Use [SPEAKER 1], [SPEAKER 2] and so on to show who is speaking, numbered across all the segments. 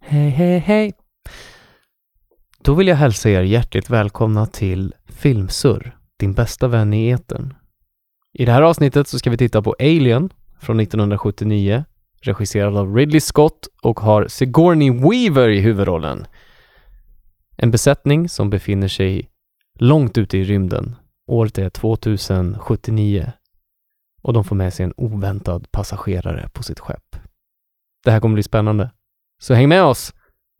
[SPEAKER 1] Hej, hej, hej. Då vill jag hälsa er hjärtligt välkomna till Filmsurr, din bästa vän i etern. I det här avsnittet så ska vi titta på Alien från 1979, regisserad av Ridley Scott och har Sigourney Weaver i huvudrollen. En besättning som befinner sig långt ute i rymden. Året är 2079 och de får med sig en oväntad passagerare på sitt skepp. Det här kommer bli spännande. Så häng med oss!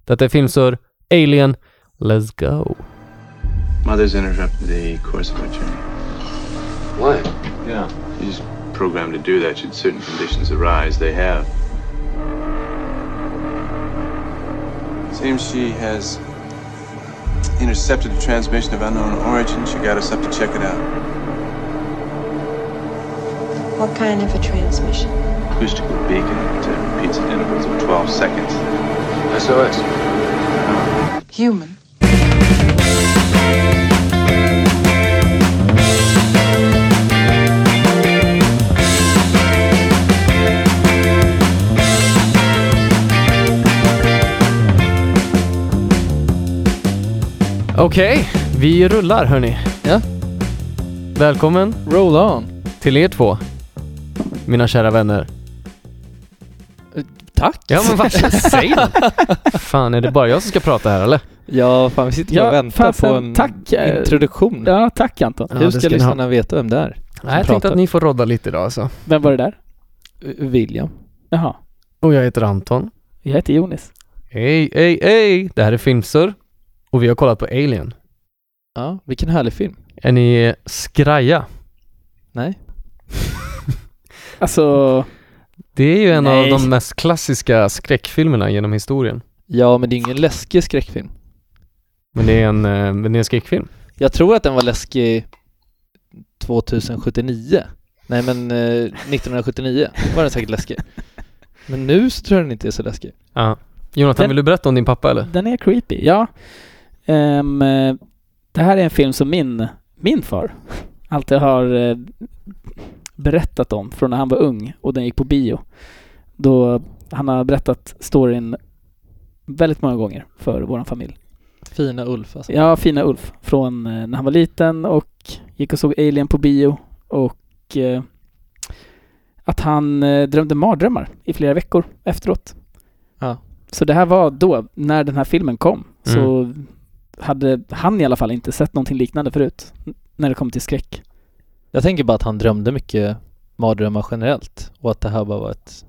[SPEAKER 1] Detta är Filmsur, Alien, let's go!
[SPEAKER 2] Mother's interrupted the course of my journey.
[SPEAKER 3] What?
[SPEAKER 2] Yeah. She's programmed to do that should certain conditions arise. They have.
[SPEAKER 3] Seems she has intercepted a transmission of unknown origin. She got us up to check it out.
[SPEAKER 4] What kind of a transmission?
[SPEAKER 2] Acoustical beacon that repeats at intervals of 12 seconds.
[SPEAKER 3] SOS.
[SPEAKER 4] Human.
[SPEAKER 1] Okej, vi rullar hörni.
[SPEAKER 5] Ja.
[SPEAKER 1] Välkommen
[SPEAKER 5] Roll on.
[SPEAKER 1] till er två, mina kära vänner.
[SPEAKER 5] Tack.
[SPEAKER 1] Ja men varsågod, säg det. Fan, är det bara jag som ska prata här eller?
[SPEAKER 5] Ja, fan vi sitter
[SPEAKER 6] Ja,
[SPEAKER 5] och väntar
[SPEAKER 6] fasen,
[SPEAKER 5] på en
[SPEAKER 6] tack, eh,
[SPEAKER 5] introduktion.
[SPEAKER 6] Ja, tack Anton.
[SPEAKER 1] Ja, det
[SPEAKER 5] Hur ska,
[SPEAKER 1] ska ni ha.
[SPEAKER 5] lyssnarna veta vem det är?
[SPEAKER 1] Nej, jag tänkte
[SPEAKER 5] pratar.
[SPEAKER 1] att ni får rodda lite idag alltså.
[SPEAKER 6] Vem var det där?
[SPEAKER 5] William.
[SPEAKER 6] Jaha,
[SPEAKER 1] Och jag heter Anton.
[SPEAKER 6] jag heter Jonis.
[SPEAKER 1] Hej, hej, hej! Det här är Filmsur och vi har kollat på Alien.
[SPEAKER 5] Ja, vilken härlig film.
[SPEAKER 1] Är ni skraja?
[SPEAKER 5] Nej?
[SPEAKER 6] Alltså,
[SPEAKER 1] Det är ju en
[SPEAKER 6] Nej.
[SPEAKER 1] av de mest klassiska skräckfilmerna genom historien.
[SPEAKER 5] Ja, men det är ingen läskig skräckfil.
[SPEAKER 1] Men det är en, eh, men det är en skräckfilm.
[SPEAKER 5] Jag tror att den var läskig 2079. Nej men eh, 1979 var den säkert läskig. Men nu så tror jag den inte är så läskig.
[SPEAKER 1] Ja. Jonathan,
[SPEAKER 6] Den-
[SPEAKER 1] vill du berätta om din pappa eller?
[SPEAKER 6] den är creepy. Ja. Ehm, eh, det här är en film som min, min far alltid har eh, berättat om från när han var ung och den gick på bio. Då han har berättat storyn väldigt många gånger för vår familj.
[SPEAKER 5] Fina Ulf alltså.
[SPEAKER 6] Ja, Fina Ulf från eh, när han var liten och gick och såg Alien på bio och eh, att han eh, drömde mardrömmar i flera veckor efteråt.
[SPEAKER 5] Ja.
[SPEAKER 6] Så det här var då, när den här filmen kom, så
[SPEAKER 1] Mm.
[SPEAKER 6] hade han i alla fall inte sett någonting liknande förut n- när det kom till skräck.
[SPEAKER 5] Jag tänker bara att han drömde mycket mardrömmar generellt och att det här bara var ett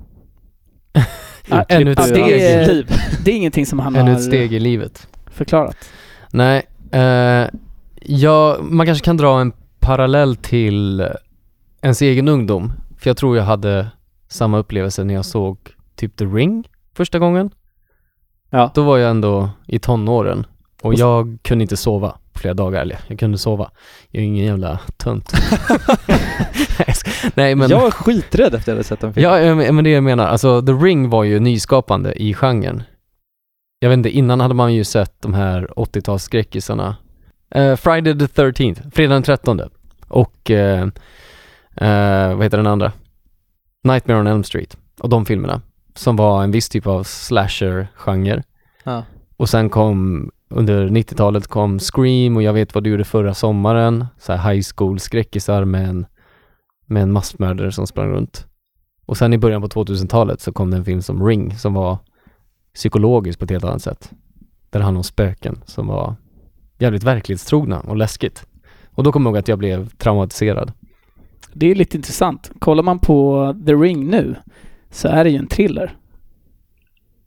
[SPEAKER 6] Ja,
[SPEAKER 5] utklipp
[SPEAKER 1] ännu ett
[SPEAKER 5] ur
[SPEAKER 1] steg.
[SPEAKER 5] hans
[SPEAKER 6] Det är-
[SPEAKER 5] liv.
[SPEAKER 6] Det är ingenting som han
[SPEAKER 1] Ännu
[SPEAKER 6] har
[SPEAKER 1] ett steg i livet.
[SPEAKER 6] förklarat.
[SPEAKER 1] Nej, eh, ja, man kanske kan dra en parallell till ens egen ungdom. För jag tror jag hade samma upplevelse när jag såg typ The Ring första gången.
[SPEAKER 5] Ja.
[SPEAKER 1] Då var jag ändå i tonåren och
[SPEAKER 6] Och s-
[SPEAKER 1] jag kunde inte sova på flera dagar. Eller jag kunde sova. Jag är ingen jävla tönt. Nej, jag sk- Nej men...
[SPEAKER 5] Jag var skiträdd efter att jag hade sett den filmen.
[SPEAKER 1] Ja, ja, men men det jag menar. Alltså, The Ring var ju nyskapande i genren. Jag vet inte, innan hade man ju sett de här 80-talsskräckisarna. Eh, Friday the 13th, fredag den 13 och eh, eh, vad heter den andra? Nightmare on Elm Street och de filmerna som var en viss typ av slasher-genre.
[SPEAKER 5] Ja.
[SPEAKER 1] Och sen kom, under 90-talet kom Scream och Jag vet vad du gjorde förra sommaren. Så här high school-skräckisar med en, med en massmördare som sprang runt. Och sen i början på 2000-talet så kom det en film som Ring som var psykologisk på ett helt annat sätt. Där det handlade om spöken som var jävligt verklighetstrogna och läskigt. Och då kom jag ihåg att jag blev traumatiserad.
[SPEAKER 6] Det är lite intressant. Kollar man på The Ring nu så är det ju en thriller.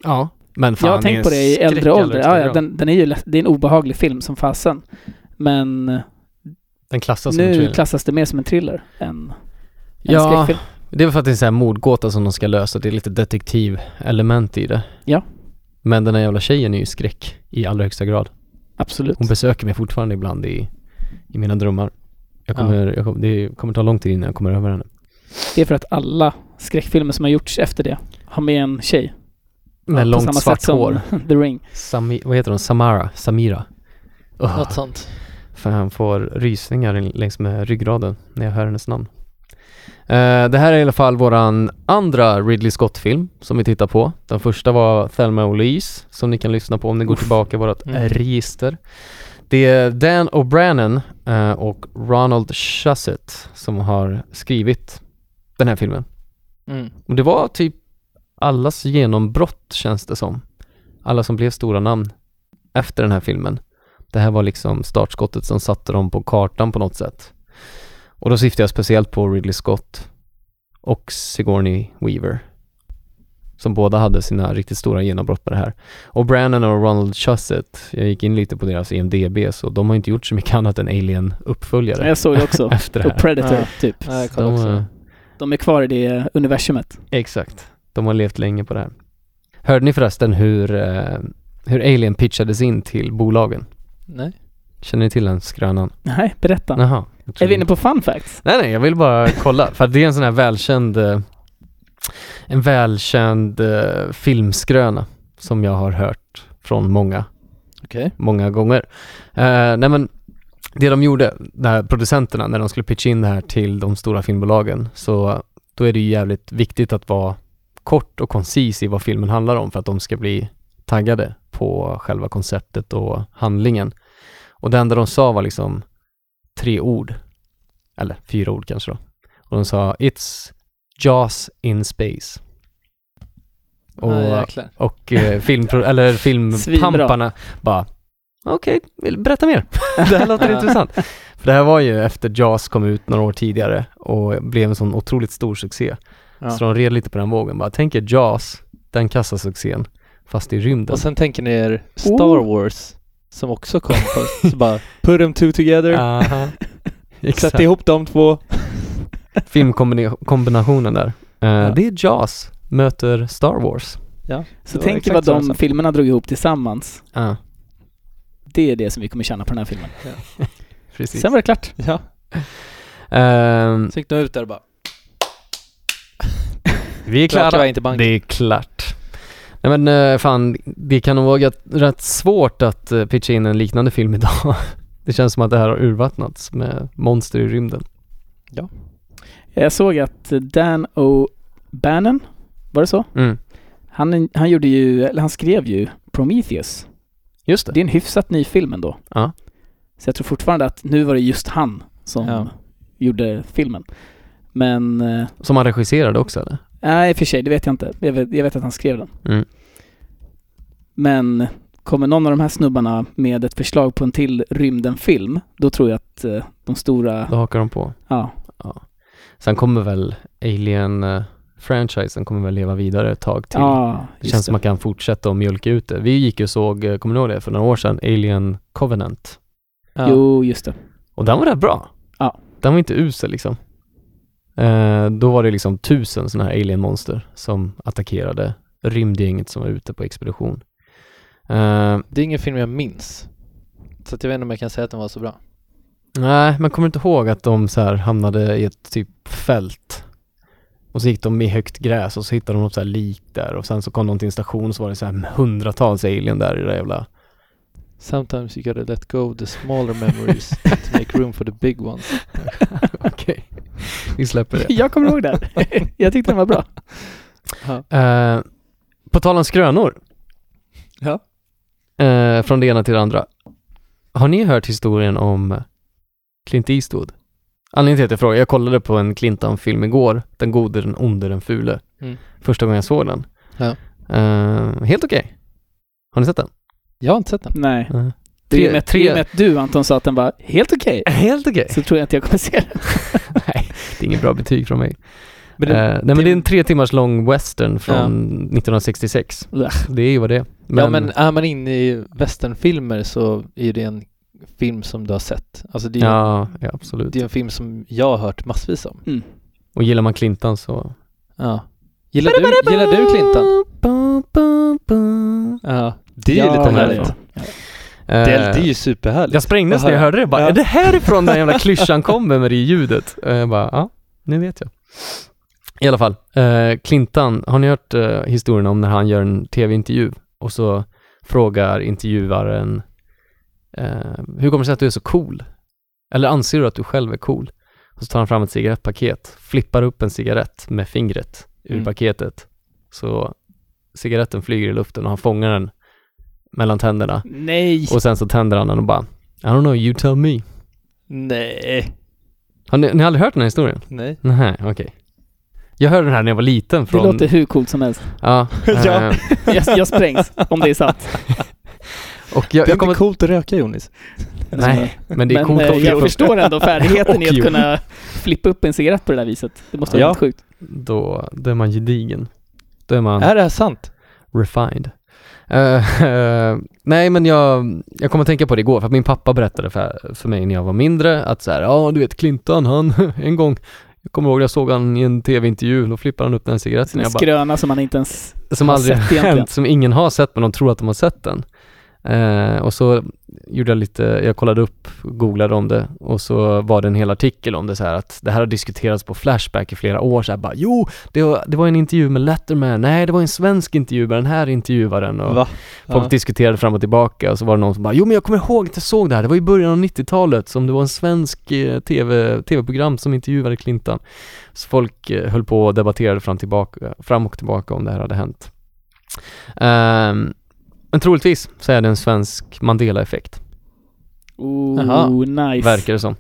[SPEAKER 1] Ja. Men fan,
[SPEAKER 6] jag har
[SPEAKER 1] är en
[SPEAKER 6] tänkt på det i
[SPEAKER 1] skräck
[SPEAKER 6] äldre ålder.
[SPEAKER 1] allra högsta
[SPEAKER 6] Ja, ja,
[SPEAKER 1] grad.
[SPEAKER 6] den, den är ju, lätt- det är en obehaglig film som fasen. Men
[SPEAKER 1] den klassas som en
[SPEAKER 6] nu
[SPEAKER 1] thriller.
[SPEAKER 6] klassas det mer som en thriller än en
[SPEAKER 1] Ja,
[SPEAKER 6] skräckfilm.
[SPEAKER 1] Det är väl för att det är en sån här mordgåta som de ska lösa, det är lite detektivelement i det.
[SPEAKER 6] Ja.
[SPEAKER 1] Men den här jävla tjejen är ju skräck i allra högsta grad.
[SPEAKER 6] Absolut.
[SPEAKER 1] Hon besöker mig fortfarande ibland i, i mina drömmar. Jag kommer, jag kommer, det kommer ta lång tid innan jag kommer över henne.
[SPEAKER 6] Det är för att alla skräckfilmer som har gjorts efter det har med en tjej.
[SPEAKER 1] Med
[SPEAKER 6] På samma
[SPEAKER 1] långt svart
[SPEAKER 6] sätt som
[SPEAKER 1] hår.
[SPEAKER 6] The Ring.
[SPEAKER 1] Sami, vad heter hon? Samara? Samira? Oh,
[SPEAKER 5] Något sånt.
[SPEAKER 1] fan, han får rysningar längs med ryggraden när jag hör hennes namn. Eh, det här är i alla fall våran andra Ridley Scott-film som vi tittar på. Den första var Thelma och Louise som ni kan lyssna på om ni går tillbaka i vårat
[SPEAKER 5] Mm.
[SPEAKER 1] eh, register. Det är Dan O'Brien eh, och Ronald Shusett som har skrivit den här filmen.
[SPEAKER 5] Mm.
[SPEAKER 1] Och det var typ allas genombrott känns det som. Alla som blev stora namn efter den här filmen. Det här var liksom startskottet som satte dem på kartan på något sätt. Och då syftar jag speciellt på Ridley Scott och Sigourney Weaver. Som båda hade sina riktigt stora genombrott på det här. Och Brannon och Ronald Shusett, jag gick in lite på deras E IMDB, så de har inte gjort så mycket annat än Alien-uppföljare
[SPEAKER 6] Jag såg det också.
[SPEAKER 1] efter det
[SPEAKER 6] Och
[SPEAKER 1] här.
[SPEAKER 6] Predator,
[SPEAKER 5] Ja.
[SPEAKER 6] typ.
[SPEAKER 5] Ja, jag kollar
[SPEAKER 1] De,
[SPEAKER 5] också.
[SPEAKER 1] eh,
[SPEAKER 6] De är kvar i det universumet.
[SPEAKER 1] Exakt. De har levt länge på det här. Hörde ni förresten hur, eh, hur Alien pitchades in till bolagen?
[SPEAKER 5] Nej.
[SPEAKER 1] Känner ni till den skrönan?
[SPEAKER 6] Nej, berätta.
[SPEAKER 1] Jaha. jag
[SPEAKER 6] Är
[SPEAKER 1] trodde-
[SPEAKER 6] vi inne på fun facts?
[SPEAKER 1] Nej, nej, jag vill bara kolla. För att det är en sån här välkänd, eh, en välkänd eh, filmskröna som jag har hört från många
[SPEAKER 5] Okej.
[SPEAKER 1] många gånger. Eh, nej men, det de gjorde, där producenterna, när de skulle pitcha in det här till de stora filmbolagen, så då är det ju jävligt viktigt att vara kort och koncis i vad filmen handlar om för att de ska bli taggade på själva konceptet och handlingen. Och det enda de sa var liksom tre ord, eller fyra ord kanske då. Och de sa “It's Jaws in space”. Och
[SPEAKER 5] Ja, jäklar.
[SPEAKER 1] och eh, filmpro- eller filmpamparna bara Okej, vill- berätta mer. Det här låter
[SPEAKER 5] Ja.
[SPEAKER 1] intressant. För det här var ju efter Jaws kom ut några år tidigare och blev en sån otroligt stor succé.
[SPEAKER 5] Ja.
[SPEAKER 1] Så de red lite på den vågen. Bara, tänk er Jaws, den kassasuccén, fast i rymden.
[SPEAKER 5] Och sen tänker ni er Star Wars som också kom först. Så bara put them two together.
[SPEAKER 1] Aha. Exakt.
[SPEAKER 5] Sätt ihop de två.
[SPEAKER 1] Filmkombinationen där. Eh, Det är Jaws möter Star Wars.
[SPEAKER 6] Så
[SPEAKER 5] Det var
[SPEAKER 6] tänk er
[SPEAKER 5] exakt
[SPEAKER 6] vad
[SPEAKER 5] så
[SPEAKER 6] de
[SPEAKER 5] de sa.
[SPEAKER 6] filmerna drog ihop tillsammans.
[SPEAKER 1] Ja,
[SPEAKER 6] Det är det som vi kommer känna på den här filmen.
[SPEAKER 1] precis.
[SPEAKER 6] Sen var det klart.
[SPEAKER 5] Ja.
[SPEAKER 1] Ehm,
[SPEAKER 5] Så gick de ut där och bara.
[SPEAKER 1] vi är
[SPEAKER 5] Klart det
[SPEAKER 1] klara.
[SPEAKER 5] var inte banken.
[SPEAKER 1] Det är klart. Nej men eh, fan, det kan nog vara gött- rätt svårt att eh, pitcha in en liknande film idag. Det känns som att det här har urvattnats med monster i rymden.
[SPEAKER 6] Jag såg att Dan O'Bannon, var det så?
[SPEAKER 1] Mm.
[SPEAKER 6] Han, han gjorde ju, eller han skrev ju Prometheus.
[SPEAKER 1] Just
[SPEAKER 6] Det är en hyfsat ny film ändå.
[SPEAKER 1] Ja.
[SPEAKER 6] Så jag tror fortfarande att nu var det just han som
[SPEAKER 5] Ja.
[SPEAKER 6] gjorde filmen. Men, eh,
[SPEAKER 1] Som han regisserade också eller?
[SPEAKER 6] nej i och för sig, det vet jag inte. Jag vet, jag vet att han skrev den.
[SPEAKER 1] Mm.
[SPEAKER 6] Men kommer någon av de här snubbarna med ett förslag på en till rymdenfilm, då tror jag att eh, de stora,
[SPEAKER 1] Då hakar de på.
[SPEAKER 6] ja,
[SPEAKER 1] Sen kommer väl Alien-franchisen kommer väl leva vidare ett tag till.
[SPEAKER 6] ja
[SPEAKER 1] det känns som man kan fortsätta och mjölka ut det. Vi gick ju och såg, eh, kommer ni ihåg det, för några år sedan, Alien Covenant.
[SPEAKER 5] Ja.
[SPEAKER 6] Jo, just det.
[SPEAKER 1] Och den var rätt bra.
[SPEAKER 6] Ja.
[SPEAKER 1] Den var inte usel liksom. Eh, då var det liksom tusen sådana här alien-monster som attackerade rymdgänget som var ute på expedition. Eh,
[SPEAKER 5] Det är ingen film jag minns. Så att jag vet inte om jag kan säga att den var så bra.
[SPEAKER 1] nej, man kommer inte ihåg att de så här hamnade i ett typ fält. Och så gick de i högt gräs och så hittade de något så här lik där och sen så kom de till en station och så var det så här hundratals alien där i det där jävla...
[SPEAKER 5] Sometimes you gotta let go of the smaller memories to make room for the big ones.
[SPEAKER 1] Okej, vi släpper det.
[SPEAKER 6] Jag kommer ihåg det. jag tyckte den var bra.
[SPEAKER 1] Eh, på tal om skrönor.
[SPEAKER 5] Ja.
[SPEAKER 1] Eh, från det ena till det andra. Har ni hört historien om Clint Eastwood? Anledningen till att jag frågar, jag kollade på en Clinton-film igår, Den gode, den onde, den fule.
[SPEAKER 5] Mm.
[SPEAKER 1] Första gången jag såg den.
[SPEAKER 5] Ja.
[SPEAKER 1] Eh, helt okej. Har ni sett den?
[SPEAKER 5] Jag har inte sett den.
[SPEAKER 6] Nej.
[SPEAKER 1] Eh,
[SPEAKER 6] I och med, i och med att du Anton sa att den var helt okej,
[SPEAKER 1] Helt okej.
[SPEAKER 6] så tror jag inte jag kommer se den.
[SPEAKER 1] Nej, Eh, det är inget bra betyg från mig.
[SPEAKER 5] Men det-
[SPEAKER 1] Eh, nej men det är en tre timmars lång western från
[SPEAKER 5] Ja.
[SPEAKER 1] 1966.
[SPEAKER 6] Ugh.
[SPEAKER 1] Det är ju vad det är.
[SPEAKER 5] Ja men är man inne i westernfilmer så är det en film som du har sett. Alltså det är,
[SPEAKER 1] ja, ja, absolut.
[SPEAKER 5] det är en film som jag har hört massvis om.
[SPEAKER 6] Mm.
[SPEAKER 1] Och gillar man Clinton så...
[SPEAKER 5] Ja. Gillar, du, gillar du Clinton?
[SPEAKER 1] Eh.
[SPEAKER 5] Ja. Det är
[SPEAKER 6] Ja,
[SPEAKER 5] ju lite
[SPEAKER 1] kommer
[SPEAKER 5] härligt. Eh,
[SPEAKER 1] härifrån.
[SPEAKER 5] Det, är- det är ju superhärligt.
[SPEAKER 1] Jag sprängdes när jag hörde det bara,
[SPEAKER 5] Ja.
[SPEAKER 1] är det härifrån den jävla klyschan kommer med det ljudet? Eh, Jag bara, ja, nu vet jag. I alla fall, eh, Clinton, har ni hört eh, historien om när han gör en tv-intervju och så frågar intervjuaren eh, hur kommer det sig att du är så cool? Eller anser du att du själv är cool? Och Och så tar han fram ett cigarettpaket, flippar upp en cigarett med fingret ur
[SPEAKER 5] Mm.
[SPEAKER 1] paketet. Så cigaretten flyger i luften och han fångar den mellan tänderna.
[SPEAKER 5] Nej!
[SPEAKER 1] Och sen så tänder han den och bara I don't know, you tell me.
[SPEAKER 5] Nej.
[SPEAKER 1] Har ni, ni har aldrig hört den här historien?
[SPEAKER 5] Nej.
[SPEAKER 1] Nej, okej. Jag hörde den här när jag var liten från...
[SPEAKER 6] Det låter hur coolt som helst.
[SPEAKER 1] Ja.
[SPEAKER 5] Ja.
[SPEAKER 1] eh,
[SPEAKER 6] Jag, jag sprängs, om det är sant.
[SPEAKER 1] och jag,
[SPEAKER 5] Det är
[SPEAKER 1] jag
[SPEAKER 5] inte
[SPEAKER 1] kommer...
[SPEAKER 5] coolt att röka Jonis.
[SPEAKER 1] Nej, men det är
[SPEAKER 6] Men
[SPEAKER 1] coolt
[SPEAKER 6] eh,
[SPEAKER 1] att
[SPEAKER 6] jag förstår ändå färdigheten i
[SPEAKER 1] Och
[SPEAKER 6] att
[SPEAKER 1] jo.
[SPEAKER 6] kunna flippa upp en cigarett på det där viset. Det måste vara
[SPEAKER 5] Ja.
[SPEAKER 6] helt sjukt.
[SPEAKER 1] Då, då är man gedigen. Då är man
[SPEAKER 5] Är det här sant?
[SPEAKER 1] refined. Eh, eh, nej men jag, jag kommer att tänka på det igår för att min pappa berättade för, för mig när jag var mindre att så här, ja du vet Clinton han, en gång, jag kommer ihåg jag såg han i en tv-intervju, då flippade han upp den här cigaretten.
[SPEAKER 6] En
[SPEAKER 1] Jag bara,
[SPEAKER 6] skröna som man inte ens...
[SPEAKER 1] som
[SPEAKER 6] har
[SPEAKER 1] aldrig
[SPEAKER 6] sett
[SPEAKER 1] har
[SPEAKER 6] egentligen.
[SPEAKER 1] hänt, som ingen har sett men de tror att de har sett den. Eh, och så gjorde jag lite, jag kollade upp, googlade om det och så var det en hel artikel om det så här att det här har diskuterats på Flashback i flera år så här bara jo, det var, det var en intervju med Letterman, nej det var en svensk intervju med den här intervjuaren och
[SPEAKER 5] Va?
[SPEAKER 1] folk
[SPEAKER 5] Ja.
[SPEAKER 1] diskuterade fram och tillbaka och så var det någon som bara jo men jag kommer ihåg att jag såg det här, det var i början av 90-talet som det var en svensk eh, TV, tv-program som intervjuade Clinton. Så folk eh, höll på och debatterade fram, tillbaka, fram och tillbaka om det här hade hänt. Ehm, men troligtvis så är det en svensk Mandela-effekt,
[SPEAKER 5] Jaha.
[SPEAKER 6] Oh, nice.
[SPEAKER 1] verkar det som.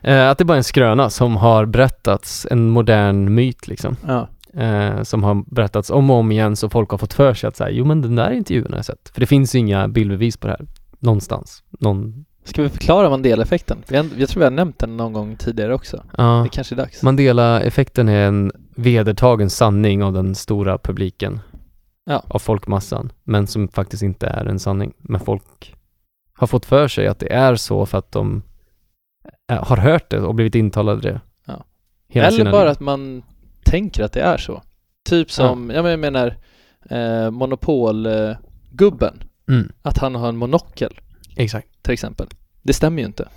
[SPEAKER 1] Eh, att det bara är en skröna som har berättats, en modern myt liksom,
[SPEAKER 5] Ja.
[SPEAKER 1] eh, som har berättats om och om igen så folk har fått för sig att säga, jo men den där intervjun har jag sett. För det finns inga bildbevis på det här, någonstans. Någon,
[SPEAKER 5] Ska vi förklara Mandela-effekten? Vi har- Jag tror vi har nämnt den någon gång tidigare också.
[SPEAKER 1] ja.
[SPEAKER 5] Det kanske är dags.
[SPEAKER 1] Mandela-effekten är en vedertagen sanning av den stora publiken.
[SPEAKER 5] Ja.
[SPEAKER 1] Av folkmassan. Men som faktiskt inte är en sanning. Men folk har fått för sig att det är så för att de eh, har hört det och blivit intalade det.
[SPEAKER 5] Ja.
[SPEAKER 1] Hela
[SPEAKER 5] Eller
[SPEAKER 1] sina
[SPEAKER 5] bara
[SPEAKER 1] liv.
[SPEAKER 5] att man tänker att det är så. Typ som, ja. men jag menar eh, monopolgubben. Eh, gubben.
[SPEAKER 1] Mm,
[SPEAKER 5] att han har en monokel
[SPEAKER 1] exakt.
[SPEAKER 5] till exempel. Det stämmer ju inte.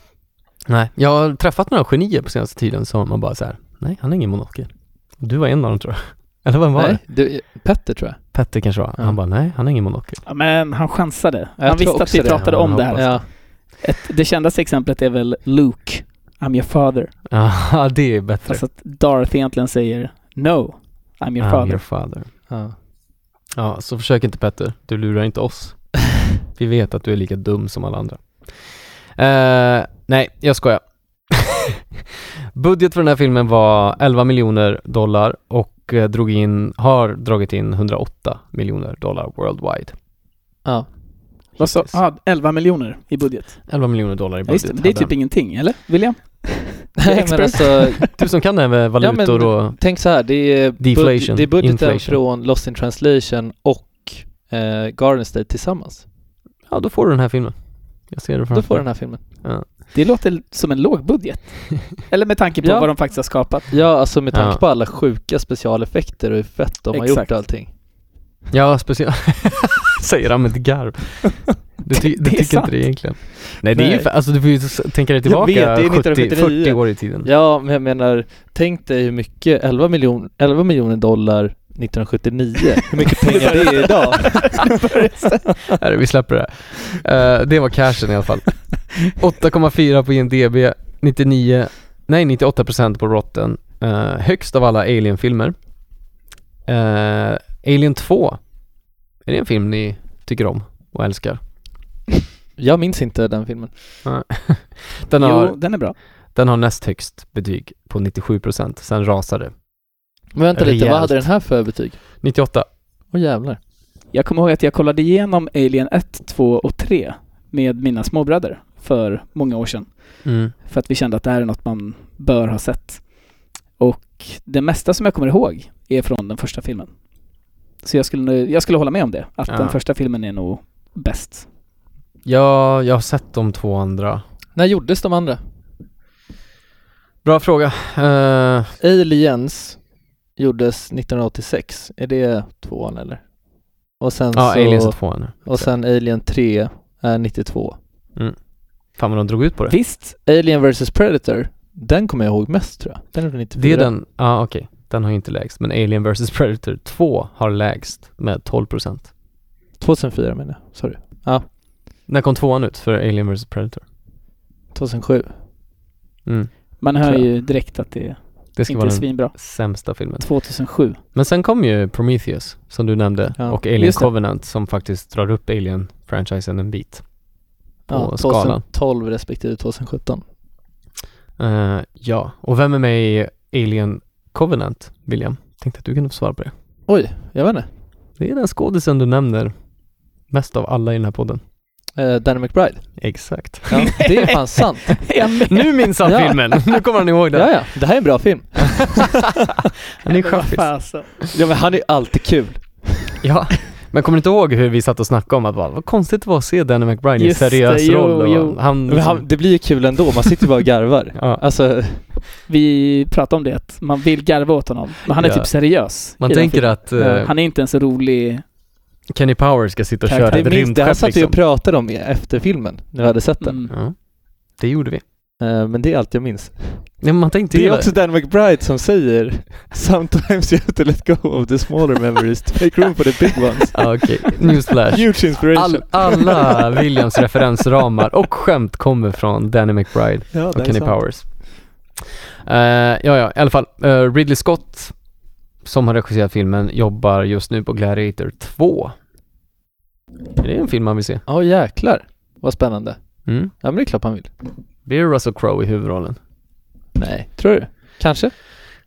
[SPEAKER 1] Nej, jag har träffat några genier på senaste tiden som man bara så här, nej han är ingen monokel. Och Du var en av dem tror jag. Eller vem var
[SPEAKER 5] Nej,
[SPEAKER 1] det?
[SPEAKER 5] det, Petter tror jag.
[SPEAKER 1] Petter kanske var.
[SPEAKER 5] Ja.
[SPEAKER 1] Han bara, nej han är ingen monokel.
[SPEAKER 6] Ja, Men han chansade.
[SPEAKER 5] jag
[SPEAKER 6] Han
[SPEAKER 5] tror
[SPEAKER 6] visste att
[SPEAKER 5] också
[SPEAKER 6] vi
[SPEAKER 5] det.
[SPEAKER 1] Ja,
[SPEAKER 6] pratade om
[SPEAKER 1] jag
[SPEAKER 6] det här.
[SPEAKER 5] Ja,
[SPEAKER 6] Ett, det kändaste exemplet är väl Luke, I'm your father.
[SPEAKER 1] Ja, det är bättre.
[SPEAKER 6] Fast att Darth egentligen säger No, I'm your
[SPEAKER 1] Ah, I'm
[SPEAKER 6] father.
[SPEAKER 1] your father.
[SPEAKER 5] ja.
[SPEAKER 1] Ja, så försök inte Petter. Du lurar inte oss. Vi vet att du är lika dum som alla andra. Eh, nej, jag skojar. Budget för den här filmen var 11 miljoner dollar och eh, drog in, har dragit in 108 miljoner dollar worldwide.
[SPEAKER 5] ja.
[SPEAKER 6] Vad sa,
[SPEAKER 1] hittills.
[SPEAKER 6] ah, 11 miljoner i budget.
[SPEAKER 1] 11 miljoner dollar i
[SPEAKER 6] Ja, just det,
[SPEAKER 1] budget.
[SPEAKER 6] men det är typ
[SPEAKER 1] hade
[SPEAKER 6] ingenting, eller? William?
[SPEAKER 5] Nej, men
[SPEAKER 6] Expert.
[SPEAKER 5] alltså,
[SPEAKER 1] han. du som kan det här med
[SPEAKER 5] men
[SPEAKER 1] valutor
[SPEAKER 5] du-
[SPEAKER 1] och...
[SPEAKER 5] tänk så här. Det är, bud-
[SPEAKER 1] Deflation,
[SPEAKER 5] det är budgeten
[SPEAKER 1] inflation.
[SPEAKER 5] från Lost in translation och eh, Garden State tillsammans.
[SPEAKER 1] Ja, då får du den här filmen. Jag ser det framför
[SPEAKER 5] Då får
[SPEAKER 1] mig.
[SPEAKER 5] du den här filmen.
[SPEAKER 6] Det låter som en låg budget. Eller med tanke på
[SPEAKER 5] Ja.
[SPEAKER 6] vad de faktiskt har skapat.
[SPEAKER 5] Ja, alltså med tanke
[SPEAKER 1] Ja.
[SPEAKER 5] på alla sjuka specialeffekter och hur fett de har
[SPEAKER 6] Exakt.
[SPEAKER 5] gjort allting.
[SPEAKER 1] Ja, speciellt. Säger han med ett garv. Du, ty-
[SPEAKER 6] Det
[SPEAKER 1] du
[SPEAKER 6] är
[SPEAKER 1] tycker
[SPEAKER 6] sant.
[SPEAKER 1] inte det egentligen? Nej, det är ju,
[SPEAKER 5] Nej.
[SPEAKER 1] fa- alltså du får ju s- tänka dig tillbaka
[SPEAKER 5] vet, det
[SPEAKER 1] 70,
[SPEAKER 5] är 1979.
[SPEAKER 1] 40 år i tiden.
[SPEAKER 5] Ja, men jag menar, tänk dig hur mycket 11 miljoner 11 miljoner dollar 1979, hur mycket pengar det är idag.
[SPEAKER 1] Nej, vi släpper det här. Eh, det var cashen i alla fall. 8,4 på IMDB, 99, nej 98 procent på Rotten. Eh, högst av alla Alien-filmer. Eh, Alien 2, är det en film ni tycker om och älskar?
[SPEAKER 5] Jag minns inte den filmen.
[SPEAKER 1] Den har,
[SPEAKER 6] Jo, den är bra.
[SPEAKER 1] den har näst högst betyg på 97 procent, sen rasar det.
[SPEAKER 5] Men vänta lite, vad
[SPEAKER 1] Rejält.
[SPEAKER 5] hade den här för betyg?
[SPEAKER 1] 98.
[SPEAKER 5] Åh jävlar.
[SPEAKER 6] Jag kommer ihåg att jag kollade igenom Alien 1, 2 och 3 med mina småbröder för många år sedan.
[SPEAKER 1] Mm.
[SPEAKER 6] För att vi kände att det här är något man bör ha sett. Och det mesta som jag kommer ihåg är från den första filmen. Så jag skulle, nu- jag skulle hålla med om det, att
[SPEAKER 1] Ja.
[SPEAKER 6] den första filmen är nog bäst.
[SPEAKER 1] Ja, jag har sett de två andra.
[SPEAKER 5] När gjordes de andra?
[SPEAKER 1] Bra fråga. Eh,
[SPEAKER 5] Aliens gjordes 1986, är det tvåan eller? Och sen
[SPEAKER 1] ja,
[SPEAKER 5] så,
[SPEAKER 1] Aliens är tvåan nu.
[SPEAKER 5] och sen Alien 3 är 92.
[SPEAKER 1] Fan vad de drog ut på det.
[SPEAKER 6] Visst,
[SPEAKER 5] Alien vs Predator, den kommer jag ihåg mest tror jag. Den är från 94.
[SPEAKER 1] Det är den, ja ah, okej. Den har ju inte lägst, men Alien vs Predator 2 har lägst med 12%.
[SPEAKER 5] 2004 menar jag, sorry. Ja,
[SPEAKER 1] När kom tvåan ut för Alien vs Predator?
[SPEAKER 5] 2007.
[SPEAKER 1] Mm.
[SPEAKER 6] Man hör
[SPEAKER 1] Tror jag.
[SPEAKER 6] ju direkt att det
[SPEAKER 1] Det ska
[SPEAKER 6] inte är
[SPEAKER 1] vara den
[SPEAKER 6] svinbra.
[SPEAKER 1] sämsta filmen.
[SPEAKER 6] 2007.
[SPEAKER 1] Men sen kom ju Prometheus, som du nämnde,
[SPEAKER 5] Ja.
[SPEAKER 1] och Alien
[SPEAKER 5] Just det.
[SPEAKER 1] Covenant som faktiskt drar upp Alien-franchisen en bit. På
[SPEAKER 5] Ja,
[SPEAKER 1] skalan.
[SPEAKER 5] 2012 respektive 2017.
[SPEAKER 1] Eh, ja, och vem är med i Alien Covenant, William? Tänkte att du kunde få svara på det.
[SPEAKER 5] Oj, jag vet inte.
[SPEAKER 1] Det är den skådisen du nämner mest av alla i den här podden.
[SPEAKER 5] Eh, Danny McBride.
[SPEAKER 1] Exakt.
[SPEAKER 5] Ja, det är fan sant.
[SPEAKER 1] Nu minns han
[SPEAKER 5] Ja.
[SPEAKER 1] filmen! Nu kommer han ihåg den.
[SPEAKER 5] Ja, ja. Det här är en bra film.
[SPEAKER 1] Han är
[SPEAKER 6] Vad
[SPEAKER 1] chaffis.
[SPEAKER 6] fasen.
[SPEAKER 5] Ja, men han är ju alltid kul.
[SPEAKER 1] Ja. Men kommer du inte ihåg hur vi satt och snackade om att bara, vad konstigt det var att se Danny McBride i en
[SPEAKER 6] Just det,
[SPEAKER 1] seriös
[SPEAKER 6] jo,
[SPEAKER 1] roll? och
[SPEAKER 6] jo.
[SPEAKER 1] Han,
[SPEAKER 5] Men han, det blir ju kul ändå, man sitter ju bara och garvar.
[SPEAKER 1] ja.
[SPEAKER 5] Alltså,
[SPEAKER 6] Vi pratade om det, att man vill garva åt honom. Men han är
[SPEAKER 1] Ja.
[SPEAKER 6] typ seriös.
[SPEAKER 1] Man
[SPEAKER 6] i den
[SPEAKER 1] tänker
[SPEAKER 6] filmen.
[SPEAKER 1] att eh,
[SPEAKER 6] Han är inte en så rolig...
[SPEAKER 1] Kenny Powers ska sitta och
[SPEAKER 6] Karaktär-
[SPEAKER 1] köra
[SPEAKER 5] det,
[SPEAKER 1] ett
[SPEAKER 5] minns, det här
[SPEAKER 1] rymdskepp
[SPEAKER 5] satt vi
[SPEAKER 1] liksom.
[SPEAKER 5] och pratade om i- efter filmen, när vi hade sett den.
[SPEAKER 6] Mm.
[SPEAKER 1] ja. Det gjorde vi.
[SPEAKER 5] Eh, Men det är allt jag minns.
[SPEAKER 1] Nej, men man tänkte
[SPEAKER 5] Det
[SPEAKER 1] ju
[SPEAKER 5] är också Dan McBride som säger Sometimes you have to let go of the smaller memories to make room for the big ones.
[SPEAKER 1] Ja, Ah, okej. Newsflash.
[SPEAKER 5] Huge inspiration.
[SPEAKER 1] All, alla Williams referensramar och skämt kommer från Danny McBride
[SPEAKER 5] ja, det
[SPEAKER 1] och
[SPEAKER 5] är
[SPEAKER 1] Kenny
[SPEAKER 5] sant.
[SPEAKER 1] Powers. Eh, ja, ja, i alla fall. Eh, Ridley Scott, som har regisserat filmen, jobbar just nu på Gladiator 2. Är det en film man vill se?
[SPEAKER 5] Ja, jäklar. Vad spännande.
[SPEAKER 1] Mm.
[SPEAKER 5] Ja, men det är klart man vill.
[SPEAKER 1] Blir det Russell Crowe i huvudrollen?
[SPEAKER 5] Nej. Tror du? Kanske?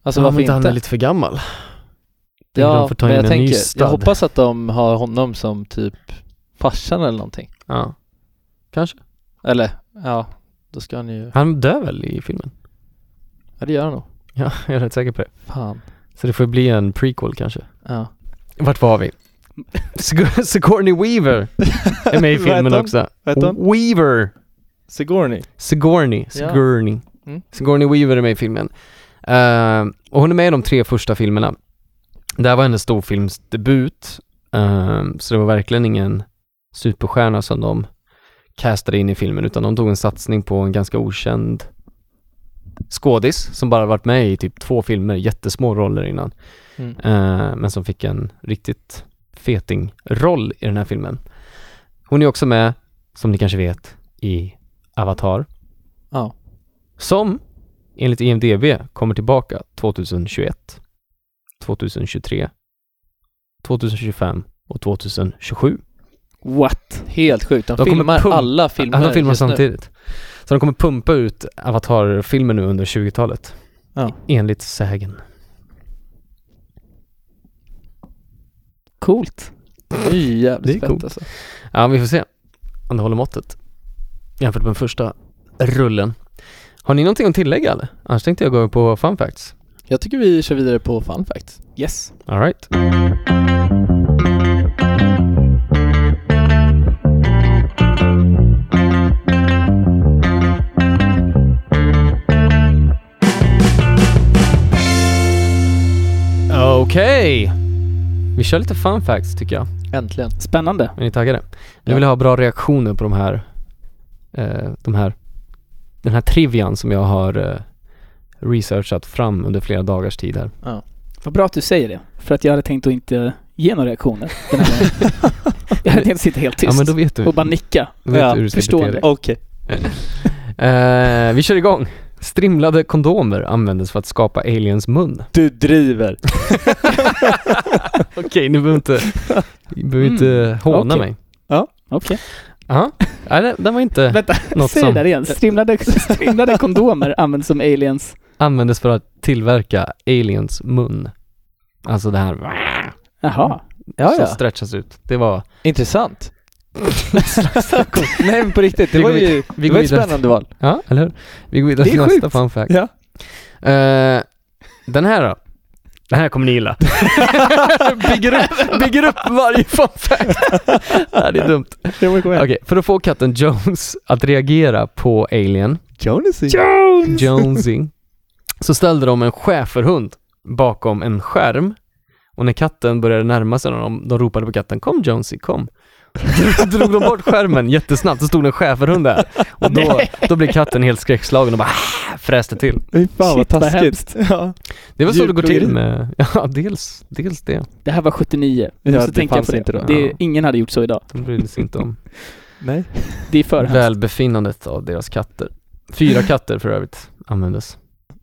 [SPEAKER 5] Alltså
[SPEAKER 1] Ja, men
[SPEAKER 5] varför inte?
[SPEAKER 1] Han är lite för gammal.
[SPEAKER 5] ja,
[SPEAKER 1] de får ta
[SPEAKER 5] men
[SPEAKER 1] in
[SPEAKER 5] jag
[SPEAKER 1] en ny
[SPEAKER 5] tänker, jag
[SPEAKER 1] stud.
[SPEAKER 5] hoppas att de har honom som typ farsan eller någonting.
[SPEAKER 1] Ja. Kanske.
[SPEAKER 5] Eller, ja, då ska han ju...
[SPEAKER 1] Han dör väl i filmen?
[SPEAKER 5] Ja, det gör han nog.
[SPEAKER 1] Ja, jag är rätt säker på det.
[SPEAKER 5] Fan.
[SPEAKER 1] Så det får bli en prequel kanske.
[SPEAKER 5] Ja.
[SPEAKER 1] Vart var vi? Sig- Sigourney Weaver är med i
[SPEAKER 5] Vad
[SPEAKER 1] filmen
[SPEAKER 5] heter hon?
[SPEAKER 1] också.
[SPEAKER 5] Vad heter hon?
[SPEAKER 1] Weaver!
[SPEAKER 5] Sigourney.
[SPEAKER 1] Sigourney, Sigourney.
[SPEAKER 5] Mm.
[SPEAKER 1] Sigourney Weaver är med i filmen. Eh, och hon är med i de tre första filmerna. Det här var hennes storfilmsdebut, eh, så det var verkligen ingen superstjärna som de castade in i filmen, utan de tog en satsning på en ganska okänd skådis som bara varit med i typ två filmer, jättesmå roller innan.
[SPEAKER 5] Mm.
[SPEAKER 1] Eh, men som fick en riktigt feting-roll i den här filmen. Hon är också med, som ni kanske vet, i Avatar.
[SPEAKER 5] Ja.
[SPEAKER 1] Som, enligt IMDB, kommer tillbaka 2021, 2023, 2025 och 2027.
[SPEAKER 6] What?
[SPEAKER 5] Helt sjukt. De,
[SPEAKER 1] De kommer
[SPEAKER 5] filmar
[SPEAKER 1] pump-
[SPEAKER 5] alla filmer
[SPEAKER 1] Alla filmar
[SPEAKER 5] just nu.
[SPEAKER 1] samtidigt. Så de kommer pumpa ut Avatar-filmer nu under 20-talet.
[SPEAKER 5] Ja.
[SPEAKER 1] Enligt sägen.
[SPEAKER 6] Coolt.
[SPEAKER 5] Det är jävligt
[SPEAKER 1] Det är
[SPEAKER 5] fett
[SPEAKER 1] coolt.
[SPEAKER 5] alltså.
[SPEAKER 1] Ja, vi får se om det håller måttet jämfört med den första rullen. Har ni någonting att tillägga eller? Annars tänkte jag gå över på fun facts.
[SPEAKER 5] Jag tycker vi kör vidare på fun facts.
[SPEAKER 6] Yes.
[SPEAKER 1] All right. Okej. Vi kör lite fun facts tycker jag.
[SPEAKER 5] Äntligen.
[SPEAKER 6] Spännande.
[SPEAKER 1] Är ni taggade? Nu
[SPEAKER 5] Ja.
[SPEAKER 1] vill jag ha bra reaktioner på de här, eh, de här, den här trivian som jag har eh, researchat fram under flera dagars tid här.
[SPEAKER 6] Vad bra att du säger det. För att jag hade tänkt att inte ge några reaktioner den här gången. Jag hade tänkt sitta helt tyst
[SPEAKER 1] Ja men då vet du.
[SPEAKER 6] och bara nicka.
[SPEAKER 1] då vet
[SPEAKER 5] Ja,
[SPEAKER 1] du hur du ska
[SPEAKER 6] förstår
[SPEAKER 1] bete
[SPEAKER 6] det.
[SPEAKER 1] dig.
[SPEAKER 5] Okej.
[SPEAKER 1] Eh, vi kör igång. Strimlade kondomer användes för att skapa aliens mun.
[SPEAKER 5] Du driver.
[SPEAKER 1] Okej, ni behöver inte, ni behöver
[SPEAKER 6] Mm,
[SPEAKER 1] inte håna
[SPEAKER 6] okej.
[SPEAKER 1] mig.
[SPEAKER 6] Okej.
[SPEAKER 1] Ja, nej den- den var inte
[SPEAKER 6] Vänta,
[SPEAKER 1] något
[SPEAKER 6] säg det där
[SPEAKER 1] som
[SPEAKER 6] igen. Strimlade, strimlade kondomer används som aliens.
[SPEAKER 1] användes för att tillverka aliens mun. Alltså det här
[SPEAKER 6] Jaha.
[SPEAKER 5] Ja,
[SPEAKER 1] som
[SPEAKER 5] ja.
[SPEAKER 1] stretchas ut. Det var
[SPEAKER 5] Intressant. Nej men på riktigt, det
[SPEAKER 1] Vi
[SPEAKER 5] var
[SPEAKER 1] går vid-
[SPEAKER 5] ju
[SPEAKER 1] vi
[SPEAKER 5] det
[SPEAKER 1] går
[SPEAKER 5] var ett
[SPEAKER 1] vidare.
[SPEAKER 5] spännande val.
[SPEAKER 1] Ja, eller hur? Vi går vidare
[SPEAKER 5] Det är
[SPEAKER 1] till nästa
[SPEAKER 5] sjukt.
[SPEAKER 1] fun fact.
[SPEAKER 5] Ja.
[SPEAKER 1] Eh, den här då? Den här kommer ni gilla. bygger, upp, bygger upp varje fun fact. Nej, det är dumt. Okej, för att få katten Jones att reagera på Alien,
[SPEAKER 5] Jonesy.
[SPEAKER 1] Jonesy, så ställde de en schäferhund bakom en skärm och när katten började närma sig dem, de ropade på katten ”Kom Jonesy, kom”. Då drog de bort skärmen jättesnabbt, så stod det en schäferhund där. Och då, då blev katten helt skräckslagen och bara "Ah!" fräste till.
[SPEAKER 5] Fy fan vad
[SPEAKER 6] Shit, vad
[SPEAKER 5] taskigt.
[SPEAKER 6] hemskt.
[SPEAKER 5] Ja.
[SPEAKER 1] Det var så det går till
[SPEAKER 5] Djurplågeri.
[SPEAKER 1] med, ja dels, dels det.
[SPEAKER 6] Det här var 79. Nu
[SPEAKER 5] Ja,
[SPEAKER 6] måste
[SPEAKER 5] det
[SPEAKER 6] tänka
[SPEAKER 5] fanns
[SPEAKER 6] på det.
[SPEAKER 5] inte då.
[SPEAKER 6] det
[SPEAKER 1] Ja.
[SPEAKER 6] ingen hade gjort så idag.
[SPEAKER 1] De brydde sig inte om
[SPEAKER 5] Nej.
[SPEAKER 6] Det är för hemskt.
[SPEAKER 1] välbefinnandet av deras katter. Fyra katter för övrigt användes.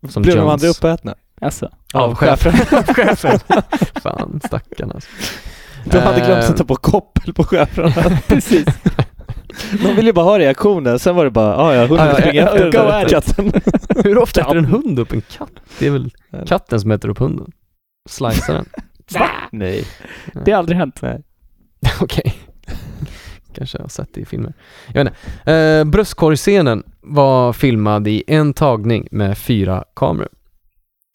[SPEAKER 1] Som
[SPEAKER 5] Blev de
[SPEAKER 1] Jones.
[SPEAKER 5] andra uppätna?
[SPEAKER 6] Alltså,
[SPEAKER 1] Av chefen. Av chefen. Fan, stackarn alltså.
[SPEAKER 5] De hade glömt
[SPEAKER 1] Eh,
[SPEAKER 5] sätta på koppel på cheferna.
[SPEAKER 6] precis.
[SPEAKER 5] De ville ju bara ha reaktionen, sen var det bara ah, ja,
[SPEAKER 1] Ja,
[SPEAKER 5] hunden
[SPEAKER 1] ja,
[SPEAKER 5] springer
[SPEAKER 1] ja,
[SPEAKER 5] efter den
[SPEAKER 1] go at
[SPEAKER 5] där
[SPEAKER 1] it.
[SPEAKER 5] katten.
[SPEAKER 1] Hur ofta äter en hund upp en katt? Det är väl katten som äter upp hunden? Slicear den?
[SPEAKER 5] Nej.
[SPEAKER 6] Det har aldrig hänt.
[SPEAKER 1] Okej. Kanske jag har sett det i filmer. Jag vet inte. Eh, bröstkorgscenen var filmad i en tagning med fyra kameror.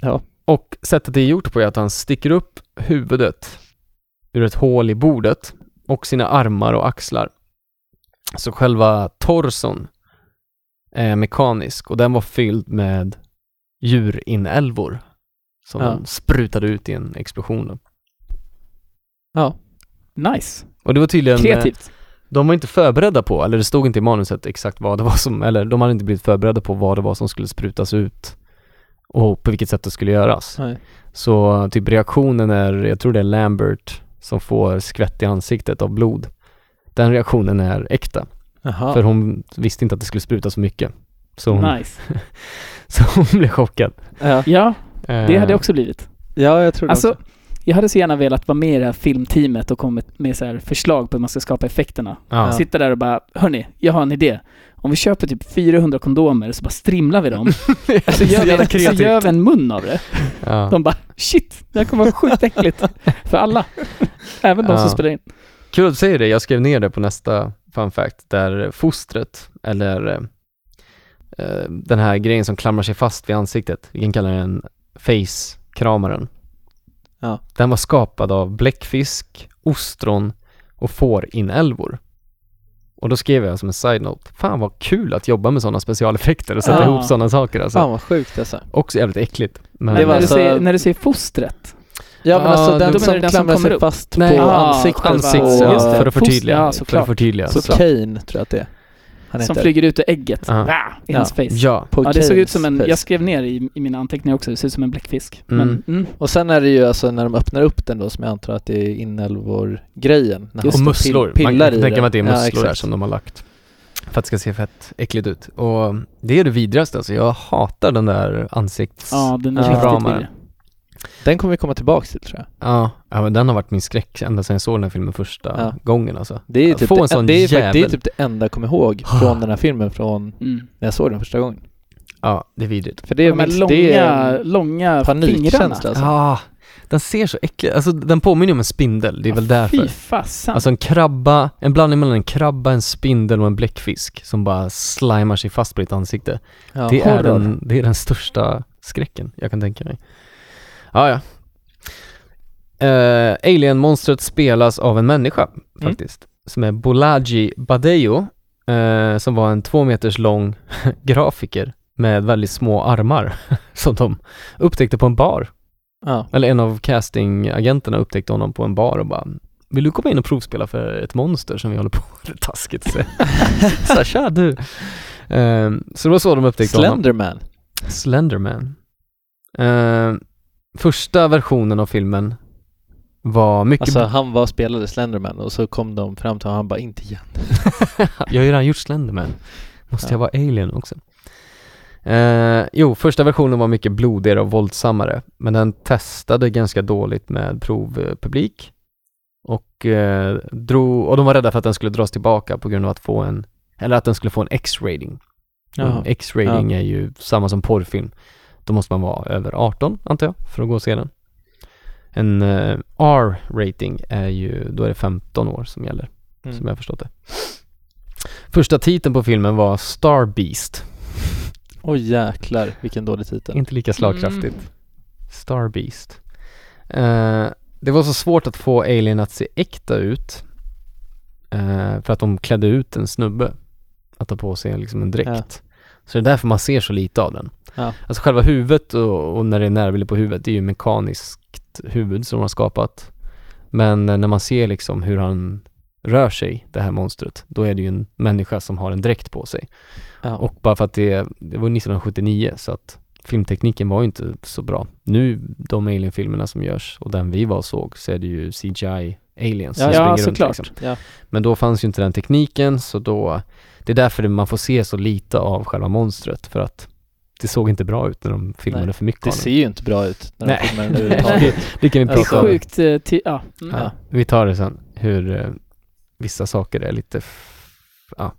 [SPEAKER 5] Ja.
[SPEAKER 1] Och sättet det är gjort på är att han sticker upp huvudet ur ett hål i bordet och sina armar och axlar. Så själva torson är mekanisk och den var fylld med djurinälvor som
[SPEAKER 5] Ja.
[SPEAKER 1] de sprutade ut i en explosion. då.
[SPEAKER 6] Nice.
[SPEAKER 1] Och det var tydligen... eh,
[SPEAKER 6] Kreativt.
[SPEAKER 1] De var inte förberedda på, eller det stod inte i manuset exakt vad det var som, eller de hade inte blivit förberedda på vad det var som skulle sprutas ut och på vilket sätt det skulle göras.
[SPEAKER 5] Nej.
[SPEAKER 1] Så typ reaktionen är, jag tror det är Lambert som får skvätt i ansiktet av blod. Den reaktionen är äkta,
[SPEAKER 5] Jaha.
[SPEAKER 1] för hon visste inte att det skulle sprutas så mycket. Så hon,
[SPEAKER 6] Nice.
[SPEAKER 1] så hon blev chockad.
[SPEAKER 5] Ja.
[SPEAKER 6] Ja, det hade
[SPEAKER 1] Eh,
[SPEAKER 6] jag också blivit.
[SPEAKER 5] ja, jag tror det
[SPEAKER 6] Alltså,
[SPEAKER 5] också.
[SPEAKER 6] jag hade så gärna velat vara med i det här filmteamet och komma med så här förslag på hur man ska skapa effekterna.
[SPEAKER 1] Ja.
[SPEAKER 6] Sitta där och bara, hörni, jag har en idé. Om vi köper typ 400 kondomer så bara strimlar vi dem, så gör
[SPEAKER 1] Jävla
[SPEAKER 6] vi, så
[SPEAKER 1] kreativt.
[SPEAKER 6] gör vi en mun av det.
[SPEAKER 1] Ja.
[SPEAKER 6] De bara, shit, det här kommer vara sjukt äckligt för alla. Även de
[SPEAKER 1] Ja.
[SPEAKER 6] som spelar in.
[SPEAKER 1] Kul att du säger det, jag skrev ner det på nästa fun fact, där fostret, eller eh, eh, den här grejen som klamrar sig fast vid ansiktet, vi kan kalla den face-kramaren.
[SPEAKER 5] Ja.
[SPEAKER 1] Den var skapad av bläckfisk, ostron och fårinälvor. Och då skrev jag som en side-note, fan vad kul att jobba med sådana specialeffekter och sätta
[SPEAKER 6] Ja.
[SPEAKER 1] ihop sådana saker alltså.
[SPEAKER 5] Fan vad sjukt alltså.
[SPEAKER 1] Också jävligt äckligt. Men,
[SPEAKER 5] Det
[SPEAKER 6] Men
[SPEAKER 5] var
[SPEAKER 6] när,
[SPEAKER 5] alltså-
[SPEAKER 6] du säger, när du säger fostret,
[SPEAKER 5] Ja men
[SPEAKER 1] Ja,
[SPEAKER 5] alltså
[SPEAKER 1] då
[SPEAKER 5] den
[SPEAKER 6] menar
[SPEAKER 5] som
[SPEAKER 6] du den som
[SPEAKER 5] klamrar
[SPEAKER 6] kommer
[SPEAKER 5] sig
[SPEAKER 6] upp?
[SPEAKER 5] fast
[SPEAKER 1] Nej.
[SPEAKER 5] på
[SPEAKER 6] Ah,
[SPEAKER 5] ansiktet.
[SPEAKER 1] ansikts,
[SPEAKER 5] på,
[SPEAKER 6] Ansikts-
[SPEAKER 1] ja,
[SPEAKER 6] just det.
[SPEAKER 1] för att alltså. förtydliga.
[SPEAKER 6] Ja,
[SPEAKER 1] för att
[SPEAKER 6] såklart.
[SPEAKER 1] förtydliga.
[SPEAKER 5] på Kane tror jag att det är. Han
[SPEAKER 6] som
[SPEAKER 5] heter.
[SPEAKER 6] flyger ut ur ägget,
[SPEAKER 1] Ja.
[SPEAKER 6] ah, i hans face.
[SPEAKER 1] Ja,
[SPEAKER 5] På
[SPEAKER 6] Ja, det såg
[SPEAKER 5] Kanes
[SPEAKER 6] ut som en,
[SPEAKER 5] face.
[SPEAKER 6] jag skrev ner i, i mina anteckningar också, det ser ut som en bläckfisk.
[SPEAKER 1] Mm.
[SPEAKER 6] Men, mm,
[SPEAKER 5] Och sen är det ju alltså när de öppnar upp den då som jag antar att det är inälvor-grejen. när han
[SPEAKER 1] och
[SPEAKER 5] står och
[SPEAKER 1] musslor.
[SPEAKER 5] pill-
[SPEAKER 1] Man
[SPEAKER 5] Pillar
[SPEAKER 1] kan
[SPEAKER 5] i
[SPEAKER 1] tänka mig
[SPEAKER 5] den.
[SPEAKER 1] att det är
[SPEAKER 5] Ja,
[SPEAKER 1] musslor där
[SPEAKER 5] exakt.
[SPEAKER 1] som de har lagt. För att det ska se fett äckligt ut. Och det är det vidrigaste alltså. Jag hatar den där ansikts...
[SPEAKER 6] ja, den är
[SPEAKER 5] Ja.
[SPEAKER 6] riktigt
[SPEAKER 1] Ramar.
[SPEAKER 6] vidrig.
[SPEAKER 5] Den kommer vi komma tillbaka till tror jag.
[SPEAKER 1] Ja. ja, men den har varit min skräck ända sedan jag såg den här filmen första
[SPEAKER 5] Ja.
[SPEAKER 1] gången alltså.
[SPEAKER 5] Det är, ju
[SPEAKER 1] Att
[SPEAKER 5] typ
[SPEAKER 1] få en
[SPEAKER 5] det,
[SPEAKER 1] sån
[SPEAKER 5] det, är fakt-
[SPEAKER 1] jävel. Ah.
[SPEAKER 5] det är typ det enda jag kommer ihåg från den här filmen från
[SPEAKER 6] Mm.
[SPEAKER 5] när jag såg den första gången.
[SPEAKER 1] Ja, det är vidrigt.
[SPEAKER 5] För det,
[SPEAKER 6] De här
[SPEAKER 5] minns-
[SPEAKER 6] långa,
[SPEAKER 5] det är en
[SPEAKER 6] långa fingrarna.
[SPEAKER 5] panikkänsla alltså.
[SPEAKER 1] Ah, den ser så äcklig Alltså den påminner om en spindel, det är väl därför.
[SPEAKER 6] Fy fasen.
[SPEAKER 1] Alltså en krabba, en blandning mellan en krabba, en spindel och en bläckfisk som bara slimar sig fast på ditt ansikte.
[SPEAKER 5] Ja.
[SPEAKER 1] det, är
[SPEAKER 5] Horror.
[SPEAKER 1] den, det är den största skräcken jag kan tänka mig. Ja, ja. Eh, Alien-monstret spelas av en människa faktiskt, som är Bolaji Badejo, eh, som var en två meters lång grafiker med väldigt små armar som de upptäckte på en bar.
[SPEAKER 5] Ja.
[SPEAKER 1] Eller en av castingagenterna upptäckte honom på en bar och bara vill du komma in och provspela för ett monster som vi håller på med? Taskigt att säga. Så här, tja du. Eh, så det var så de upptäckte honom.
[SPEAKER 5] Slenderman.
[SPEAKER 1] Slenderman. Eh, första versionen av filmen var mycket...
[SPEAKER 5] Alltså han var spelade Slenderman och så kom de fram till honom och han bara inte igen.
[SPEAKER 1] jag har ju redan gjort Slenderman. Måste
[SPEAKER 5] Ja.
[SPEAKER 1] jag vara alien också? Eh, jo, första versionen var mycket blodigare och våldsammare, men den testade ganska dåligt med provpublik. Och, eh, drog, och de var rädda för att den skulle dras tillbaka på grund av att få en, eller att den skulle få en X-rating.
[SPEAKER 5] Jaha.
[SPEAKER 6] Mm.
[SPEAKER 1] Och X-rating är ju samma som porrfilm. Då måste man vara över 18, antar jag, för att gå och se den. En eh, R-rating är ju, då är det 15 år som gäller Mm.
[SPEAKER 5] Mm.
[SPEAKER 1] som jag har förstått det. Första titeln på filmen var Star Beast.
[SPEAKER 5] Oj jäklar vilken dålig titel.
[SPEAKER 1] Inte lika
[SPEAKER 6] Mm.
[SPEAKER 1] slagkraftigt. Star Beast. Eh, det var så svårt att få Alien att se äkta ut eh, för att de klädde ut en snubbe att ta på sig liksom en dräkt. Så det är därför man ser så lite av den.
[SPEAKER 5] Ja.
[SPEAKER 1] Alltså själva huvudet och, och när det är närbilder på huvudet, det är ju mekaniskt huvud som de har skapat. Men eh, när man ser liksom hur han rör sig, det här monstret, då är det ju en människa som har en dräkt på sig.
[SPEAKER 5] Ja.
[SPEAKER 1] Och bara för att det, det var 1979 så att filmtekniken var ju inte så bra. Nu, de Alien-filmerna som görs och den vi var och såg så är det ju CGI aliens som Alltså, springer
[SPEAKER 6] Ja, ja,
[SPEAKER 1] runt
[SPEAKER 6] såklart.
[SPEAKER 1] liksom.
[SPEAKER 5] Ja.
[SPEAKER 1] Men då fanns ju inte den tekniken så då, det är därför det- man får se så lite av själva monstret för att det såg inte bra ut när de filmade
[SPEAKER 5] Nej,
[SPEAKER 1] för mycket
[SPEAKER 5] Det
[SPEAKER 1] av
[SPEAKER 5] ser
[SPEAKER 1] den.
[SPEAKER 5] ju inte bra ut när de
[SPEAKER 1] Nej.
[SPEAKER 5] filmar den överhuvudtaget.
[SPEAKER 1] Det kan vi
[SPEAKER 5] Det
[SPEAKER 6] Det är
[SPEAKER 1] prata om.
[SPEAKER 6] sjukt. eh, Ty- ja. Mm.
[SPEAKER 1] Alltså. Ja, vi tar det sen, hur eh, vissa saker är lite, f- ja.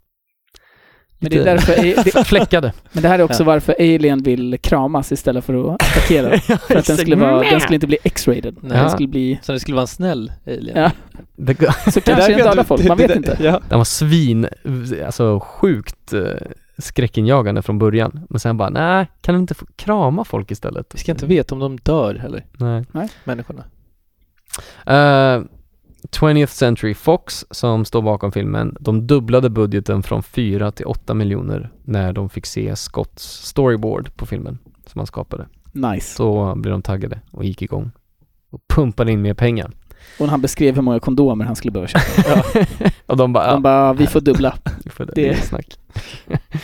[SPEAKER 6] Men det är därför... eh, det-
[SPEAKER 1] fläckade.
[SPEAKER 6] Men det här är också
[SPEAKER 5] Ja.
[SPEAKER 6] varför Alien vill kramas istället för att attackera. För att den skulle, vara, den skulle inte bli X-rated.
[SPEAKER 5] Nej.
[SPEAKER 6] Den skulle bli...
[SPEAKER 5] Så det skulle vara en snäll alien.
[SPEAKER 6] Ja.
[SPEAKER 1] Det g-
[SPEAKER 6] Så kanske inte alla folk, man vet inte.
[SPEAKER 5] Ja.
[SPEAKER 1] Den var svin, alltså sjukt eh, skräckinjagande från början. Men sen bara, nej, kan du inte få krama folk istället?
[SPEAKER 5] Vi ska inte veta om de dör heller,
[SPEAKER 1] Nej.
[SPEAKER 5] människorna.
[SPEAKER 1] Eh, 20th Century Fox som står bakom filmen, de dubblade budgeten från 4 till 8 miljoner när de fick se Scotts storyboard på filmen som han skapade.
[SPEAKER 6] Nice.
[SPEAKER 1] Så blev de taggade och gick igång och pumpade in mer pengar.
[SPEAKER 6] Och han beskrev hur många kondomer han skulle behöva köpa.
[SPEAKER 1] och de bara, ja, Mm.
[SPEAKER 6] De bara, vi får dubbla.
[SPEAKER 1] vi får det,
[SPEAKER 6] det-
[SPEAKER 1] det är snack.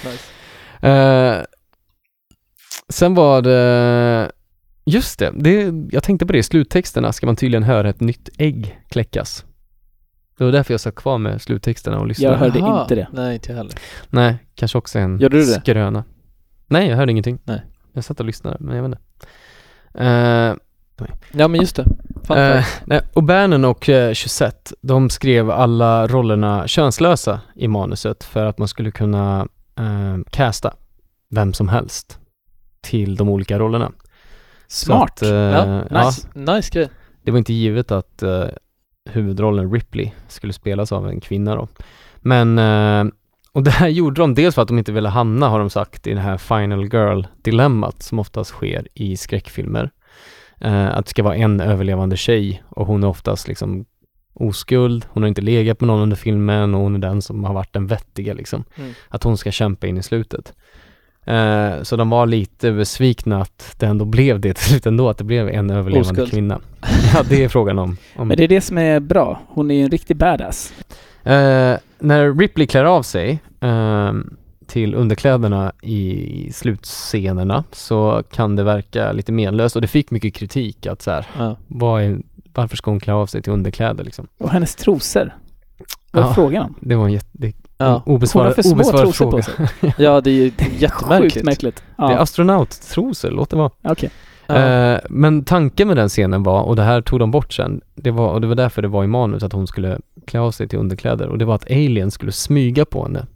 [SPEAKER 1] Eh, sen var det, just det, det, jag tänkte på det, i sluttexterna ska man tydligen höra ett nytt ägg kläckas. Det var därför jag satt kvar med sluttexterna och lyssnade.
[SPEAKER 6] Jag hörde inte det.
[SPEAKER 5] Nej, inte jag heller.
[SPEAKER 1] Nej, kanske också en
[SPEAKER 5] Gjorde du det?
[SPEAKER 1] skröna. Nej, jag hörde ingenting.
[SPEAKER 5] Nej.
[SPEAKER 1] Jag satt och lyssnade, men jag vet inte. Eh,
[SPEAKER 5] Ja, men just det. Fan,
[SPEAKER 1] eh, nej, O'Bannon och eh, Chusette, de skrev alla rollerna könslösa i manuset för att man skulle kunna eh, casta vem som helst till de olika rollerna. Så
[SPEAKER 6] Smart.
[SPEAKER 1] Att, eh,
[SPEAKER 5] Ja,
[SPEAKER 1] ja,
[SPEAKER 5] nice, nice grej.
[SPEAKER 1] det var inte givet att eh, huvudrollen Ripley skulle spelas av en kvinna då. Men, eh, och det här gjorde de dels för att de inte ville hamna, har de sagt, i det här final girl-dilemmat som oftast sker i skräckfilmer. Eh, att det ska vara en överlevande tjej och hon är oftast liksom oskuld, hon har inte legat med någon under filmen och hon är den som har varit den vettiga liksom.
[SPEAKER 5] Mm.
[SPEAKER 1] Att hon ska kämpa in i slutet. Eh, så de var lite besvikna att det ändå blev det till slut ändå, att det blev en överlevande
[SPEAKER 5] Oskuld.
[SPEAKER 1] kvinna. Ja, det är frågan om. om.
[SPEAKER 6] Men det är det som är bra. Hon är ju en riktig badass.
[SPEAKER 1] Eh, när Ripley klär av sig ehm, till underkläderna i slutscenerna så kan det verka lite menlöst och det fick mycket kritik att så här,
[SPEAKER 5] Ja.
[SPEAKER 1] vad är, varför ska hon klä av sig till underkläder liksom?
[SPEAKER 6] Och hennes trosor. Vad är
[SPEAKER 1] Ja.
[SPEAKER 6] frågan om?
[SPEAKER 1] Det var en jätte, det,
[SPEAKER 5] Ja.
[SPEAKER 6] Hon har
[SPEAKER 1] obesvarad,
[SPEAKER 6] för små
[SPEAKER 1] obesvarad
[SPEAKER 6] trosor
[SPEAKER 1] fråga.
[SPEAKER 6] på sig.
[SPEAKER 5] ja, det är ju
[SPEAKER 6] Sjukt
[SPEAKER 5] jättemärkligt.
[SPEAKER 6] märkligt.
[SPEAKER 1] Det är
[SPEAKER 6] Ja,
[SPEAKER 1] astronauttrosor, låt det vara.
[SPEAKER 6] okej.
[SPEAKER 5] Ja.
[SPEAKER 1] Eh, men tanken med den scenen var, och det här tog de bort sen, det var, och det var därför det var i manus att hon skulle klä av sig till underkläder och det var att Alien skulle smyga på henne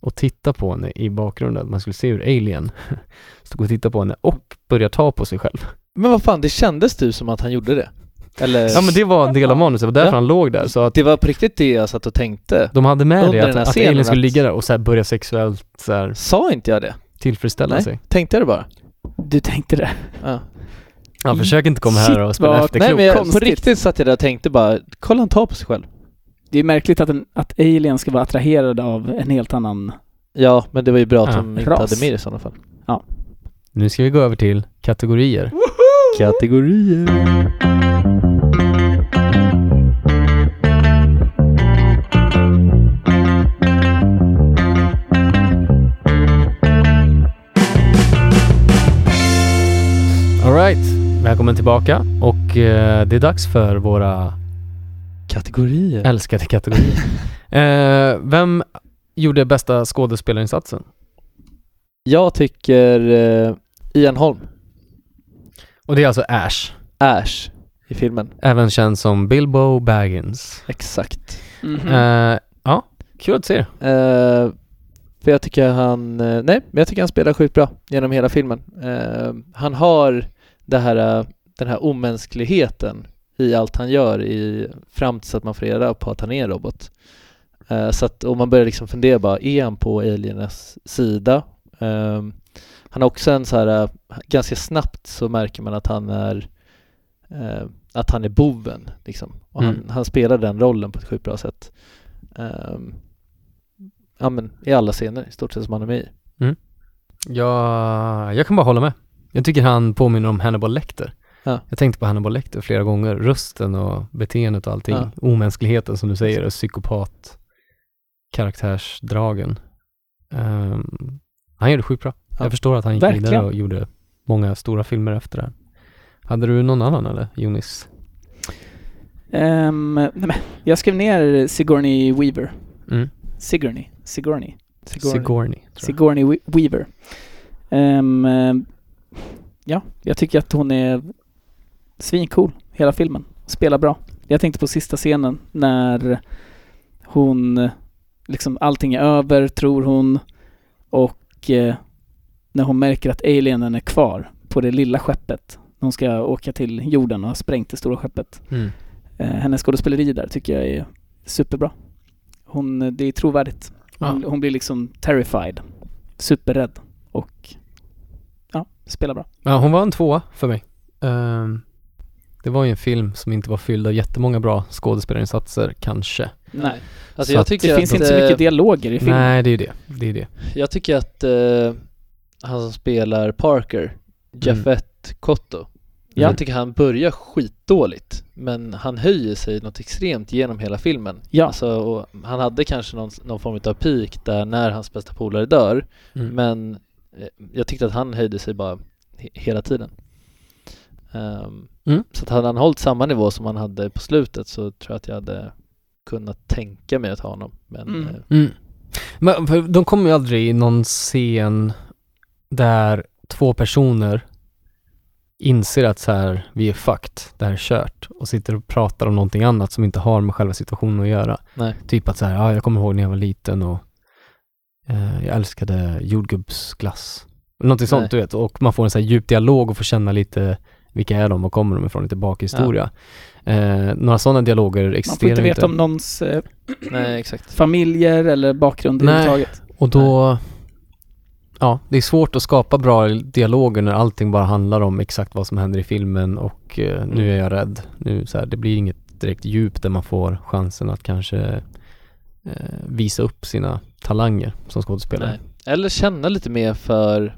[SPEAKER 1] och titta på henne i bakgrunden. Man skulle se hur Alien stod och tittade på henne och började ta på sig själv.
[SPEAKER 5] Men vad fan, det kändes du som att han gjorde det. Eller?
[SPEAKER 1] Ja men det var en del av manuset, det var därför
[SPEAKER 5] Ja.
[SPEAKER 1] han låg där. Så att
[SPEAKER 5] Det var på riktigt det jag satt och tänkte.
[SPEAKER 1] de hade med
[SPEAKER 5] Under
[SPEAKER 1] det, att,
[SPEAKER 5] den här
[SPEAKER 1] att
[SPEAKER 5] scenen
[SPEAKER 1] Alien skulle
[SPEAKER 5] att-
[SPEAKER 1] ligga där och så här börja sexuellt så här
[SPEAKER 5] Sa inte jag det?
[SPEAKER 1] tillfredsställa
[SPEAKER 5] Nej.
[SPEAKER 1] sig.
[SPEAKER 5] Tänkte jag det bara?
[SPEAKER 6] Du tänkte det.
[SPEAKER 5] Ja.
[SPEAKER 1] Ja, försök inte komma
[SPEAKER 6] Shit,
[SPEAKER 1] här och spela
[SPEAKER 6] vad-
[SPEAKER 5] Nej
[SPEAKER 1] efterklok.
[SPEAKER 5] men jag, på
[SPEAKER 6] Konstigt.
[SPEAKER 5] riktigt satt jag där och tänkte bara, kolla han tar på sig själv.
[SPEAKER 6] Det är märkligt att, en, att alien ska vara attraherad av en helt annan...
[SPEAKER 5] Ja, men det var ju bra att
[SPEAKER 1] Ja.
[SPEAKER 5] de inte
[SPEAKER 6] Ras.
[SPEAKER 5] hade med det i sådana fall.
[SPEAKER 1] Nu ska vi gå över till kategorier.
[SPEAKER 5] Kategorier.
[SPEAKER 1] Alright, välkommen tillbaka och eh, det är dags för våra
[SPEAKER 5] Kategorier.
[SPEAKER 1] älskade kategorier. eh, vem gjorde bästa skådespelarinsatsen?
[SPEAKER 5] Jag tycker eh, Ian Holm,
[SPEAKER 1] Och det är alltså Ash,
[SPEAKER 5] Ash, i filmen.
[SPEAKER 1] även känd som Bilbo Baggins.
[SPEAKER 5] Exakt.
[SPEAKER 6] Mhm.
[SPEAKER 1] Eh, ja, kul att se er.
[SPEAKER 5] Eh, för jag tycker han, eh, nej, men jag tycker han spelar sjukt bra genom hela filmen. Eh, han har det här, eh, den här omänskligheten i allt han gör i, fram tills att man får reda på att han är en robot. Eh, så att, och man börjar liksom fundera bara, är han på alienernas sida? Eh, han har också en så här, eh, ganska snabbt så märker man att han är eh, att han är boven liksom. Och
[SPEAKER 1] Mm.
[SPEAKER 5] han, han spelar den rollen på ett sjukt bra sätt. Ehm, ja men i alla scener i stort sett som han är med i.
[SPEAKER 1] Ja, jag kan bara hålla med. Jag tycker han påminner om Hannibal Lecter.
[SPEAKER 5] Ja.
[SPEAKER 1] Jag tänkte på Hannibal Lecter flera gånger. Rösten och beteendet och allting.
[SPEAKER 5] Ja.
[SPEAKER 1] Omänskligheten som du säger och psykopat karaktärsdragen. Ehm, han gjorde sjukt bra.
[SPEAKER 5] Ja.
[SPEAKER 1] Jag förstår att han gick
[SPEAKER 6] Verkligen.
[SPEAKER 1] vidare och gjorde många stora filmer efter det här. Hade du någon annan eller, Jonis?
[SPEAKER 6] Ehm, nej, men, jag skrev ner Sigourney Weaver.
[SPEAKER 1] Mm.
[SPEAKER 6] Sigourney. Sigourney.
[SPEAKER 1] Sigourney. tror jag.
[SPEAKER 6] Sigourney We- Weaver. Ehm, eh, ja, jag tycker att hon är svincool hela filmen. Spelar bra. Jag tänkte på sista scenen när hon, eh, liksom allting är över tror hon och eh, när hon märker att alienen är kvar på det lilla skeppet. Hon ska åka till jorden och har sprängt det stora skeppet.
[SPEAKER 1] Mm.
[SPEAKER 6] Eh, hennes skådespeleri där tycker jag är superbra. Hon, eh, det är trovärdigt. Hon, hon blir liksom terrified, superrädd och ja, spelar bra.
[SPEAKER 1] Ja, hon var en tvåa för mig. Ehm, det var ju en film som inte var fylld av jättemånga bra skådespelarinsatser, kanske.
[SPEAKER 6] Nej,
[SPEAKER 1] Så
[SPEAKER 5] Alltså jag
[SPEAKER 1] att-
[SPEAKER 5] tycker
[SPEAKER 6] det
[SPEAKER 5] att,
[SPEAKER 6] finns inte så
[SPEAKER 5] eh,
[SPEAKER 6] mycket dialoger i filmen.
[SPEAKER 1] Nej, det är ju det. Det är det.
[SPEAKER 5] Jag tycker att eh, han som spelar Parker, Jeffet Kotto,
[SPEAKER 1] Ja.
[SPEAKER 5] jag tycker han börjar skitdåligt men han höjer sig något extremt genom hela filmen.
[SPEAKER 6] Ja,
[SPEAKER 5] Alltså, och han hade kanske någon, någon form av peak där när hans bästa polare dör
[SPEAKER 1] Mm.
[SPEAKER 5] men eh, jag tyckte att han höjde sig bara he- hela tiden. Ehm,
[SPEAKER 1] Mm.
[SPEAKER 5] Så att hade han hållit samma nivå som han hade på slutet så tror jag att jag hade kunnat tänka mig att ha honom. Men
[SPEAKER 6] Mm.
[SPEAKER 5] eh,
[SPEAKER 1] Mm. Men för de kommer ju aldrig i någon scen där två personer inser att så här, vi är fucked, det här är kört och sitter och pratar om någonting annat som inte har med själva situationen att göra.
[SPEAKER 5] nej.
[SPEAKER 1] Typ att så här, ja, jag kommer ihåg när jag var liten och eh, jag älskade jordgubbsglass. Någonting sånt
[SPEAKER 5] Nej.
[SPEAKER 1] du vet, och man får en så här djup dialog och får känna lite vilka är de, var kommer de ifrån, lite bakhistoria. Eh, några sådana dialoger
[SPEAKER 6] man får
[SPEAKER 1] existerar
[SPEAKER 6] inte
[SPEAKER 1] ju
[SPEAKER 6] veta om någons eh,
[SPEAKER 5] nej, exakt.
[SPEAKER 6] familjer eller bakgrund
[SPEAKER 1] Nej.
[SPEAKER 6] överhuvudtaget.
[SPEAKER 1] Och då, ja, det är svårt att skapa bra dialoger när allting bara handlar om exakt vad som händer i filmen och eh,
[SPEAKER 6] Mm.
[SPEAKER 1] nu är jag rädd. Nu, så här, det blir inget direkt djup där man får chansen att kanske eh, visa upp sina talanger som skådespelare.
[SPEAKER 5] Nej. Eller känna lite mer för,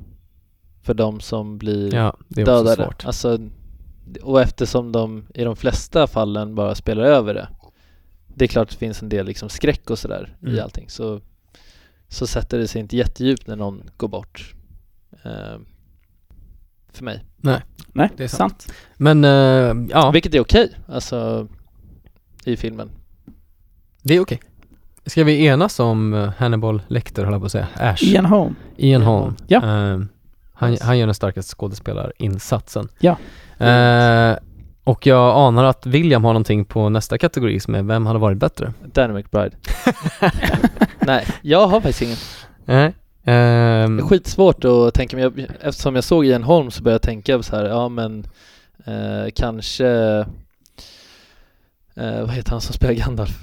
[SPEAKER 5] för de som blir
[SPEAKER 1] Ja, det är också
[SPEAKER 5] dödade.
[SPEAKER 1] svårt.
[SPEAKER 5] Alltså, och eftersom de i de flesta fallen bara spelar över det. Det är klart det finns en del liksom skräck och sådär i
[SPEAKER 1] Mm.
[SPEAKER 5] allting. Så, så sätter det sig inte jättedjupt när någon går bort. Eh, för mig.
[SPEAKER 6] Nej,
[SPEAKER 1] Det är sant.
[SPEAKER 6] sant.
[SPEAKER 1] Men eh, ja,
[SPEAKER 5] Vilket är okej, alltså i filmen.
[SPEAKER 1] det är okej. Ska vi enas om eh, Hannibal Lecter, höll jag på att säga, Ash,
[SPEAKER 6] Ian Holm.
[SPEAKER 1] Ian Holm.
[SPEAKER 6] Ja.
[SPEAKER 1] Eh, han, han gör den starkaste skådespelarinsatsen.
[SPEAKER 6] Ja.
[SPEAKER 1] Eh, och jag anar att William har någonting på nästa kategori som är Vem hade varit bättre?
[SPEAKER 5] Danny McBride. Nej, jag har faktiskt ingen.
[SPEAKER 1] Nej. Ehm,
[SPEAKER 5] Det är skitsvårt att tänka, men jag, eftersom jag såg Ian Holm så började jag tänka så här, ja men eh, kanske, eh, vad heter han som spelar Gandalf?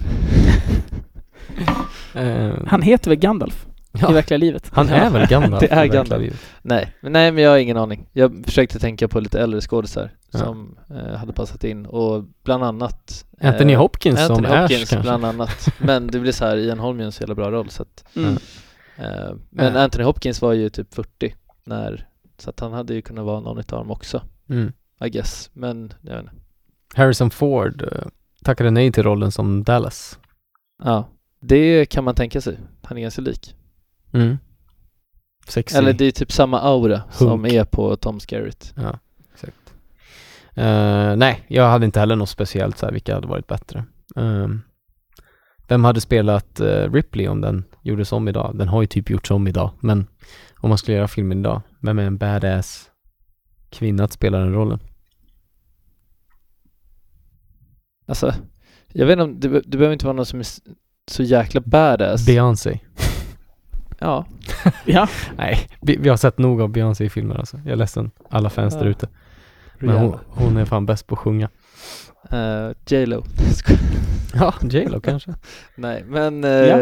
[SPEAKER 1] ehm,
[SPEAKER 6] Han heter väl Gandalf i
[SPEAKER 1] ja,
[SPEAKER 6] verkliga livet?
[SPEAKER 1] han är väl Gandalf?
[SPEAKER 5] Det är
[SPEAKER 1] i verkliga
[SPEAKER 5] Gandalf.
[SPEAKER 1] livet.
[SPEAKER 5] Nej, men nej men jag har ingen aning. Jag försökte tänka på lite äldre skådisar
[SPEAKER 1] Ja.
[SPEAKER 5] som eh, hade passat in och bland annat eh,
[SPEAKER 1] Anthony Hopkins
[SPEAKER 5] Anthony
[SPEAKER 1] som
[SPEAKER 5] Hopkins
[SPEAKER 1] Ash kanske?
[SPEAKER 5] bland annat. Men det blir så här, Ian Holm gör en så jävla bra roll så att,
[SPEAKER 6] Mm.
[SPEAKER 5] eh, men
[SPEAKER 1] Ja.
[SPEAKER 5] Anthony Hopkins var ju typ 40 när, så att han hade ju kunnat vara någon utav dem också,
[SPEAKER 1] Mm.
[SPEAKER 5] I guess. Men jag vet inte.
[SPEAKER 1] Harrison Ford eh, tackade nej till rollen som Dallas.
[SPEAKER 5] Ja, det kan man tänka sig. Han är ganska lik.
[SPEAKER 1] Mm. Sexy.
[SPEAKER 5] Eller det är typ samma aura som är på Tom Skerritt.
[SPEAKER 1] Ja, exakt. Eh, nej, jag hade inte heller något speciellt så här, vilka hade varit bättre. Ehm, vem hade spelat eh, Ripley om den gjordes om idag? Den har ju typ gjorts om idag, men om man skulle göra filmen idag, vem är en badass kvinna att spela den rollen?
[SPEAKER 5] Alltså, jag vet inte om, det, be- det behöver inte vara någon som är s- så jäkla badass.
[SPEAKER 1] Beyoncé.
[SPEAKER 5] ja.
[SPEAKER 6] Ja,
[SPEAKER 1] Nej, vi, vi har sett nog av Beyoncé i filmer alltså. Jag är ledsen, alla fans där ute. Men hon, hon är fan bäst på att sjunga.
[SPEAKER 5] Eh, J.Lo.
[SPEAKER 1] Ja, J.Lo kanske.
[SPEAKER 5] Nej, men eh,
[SPEAKER 6] Ja.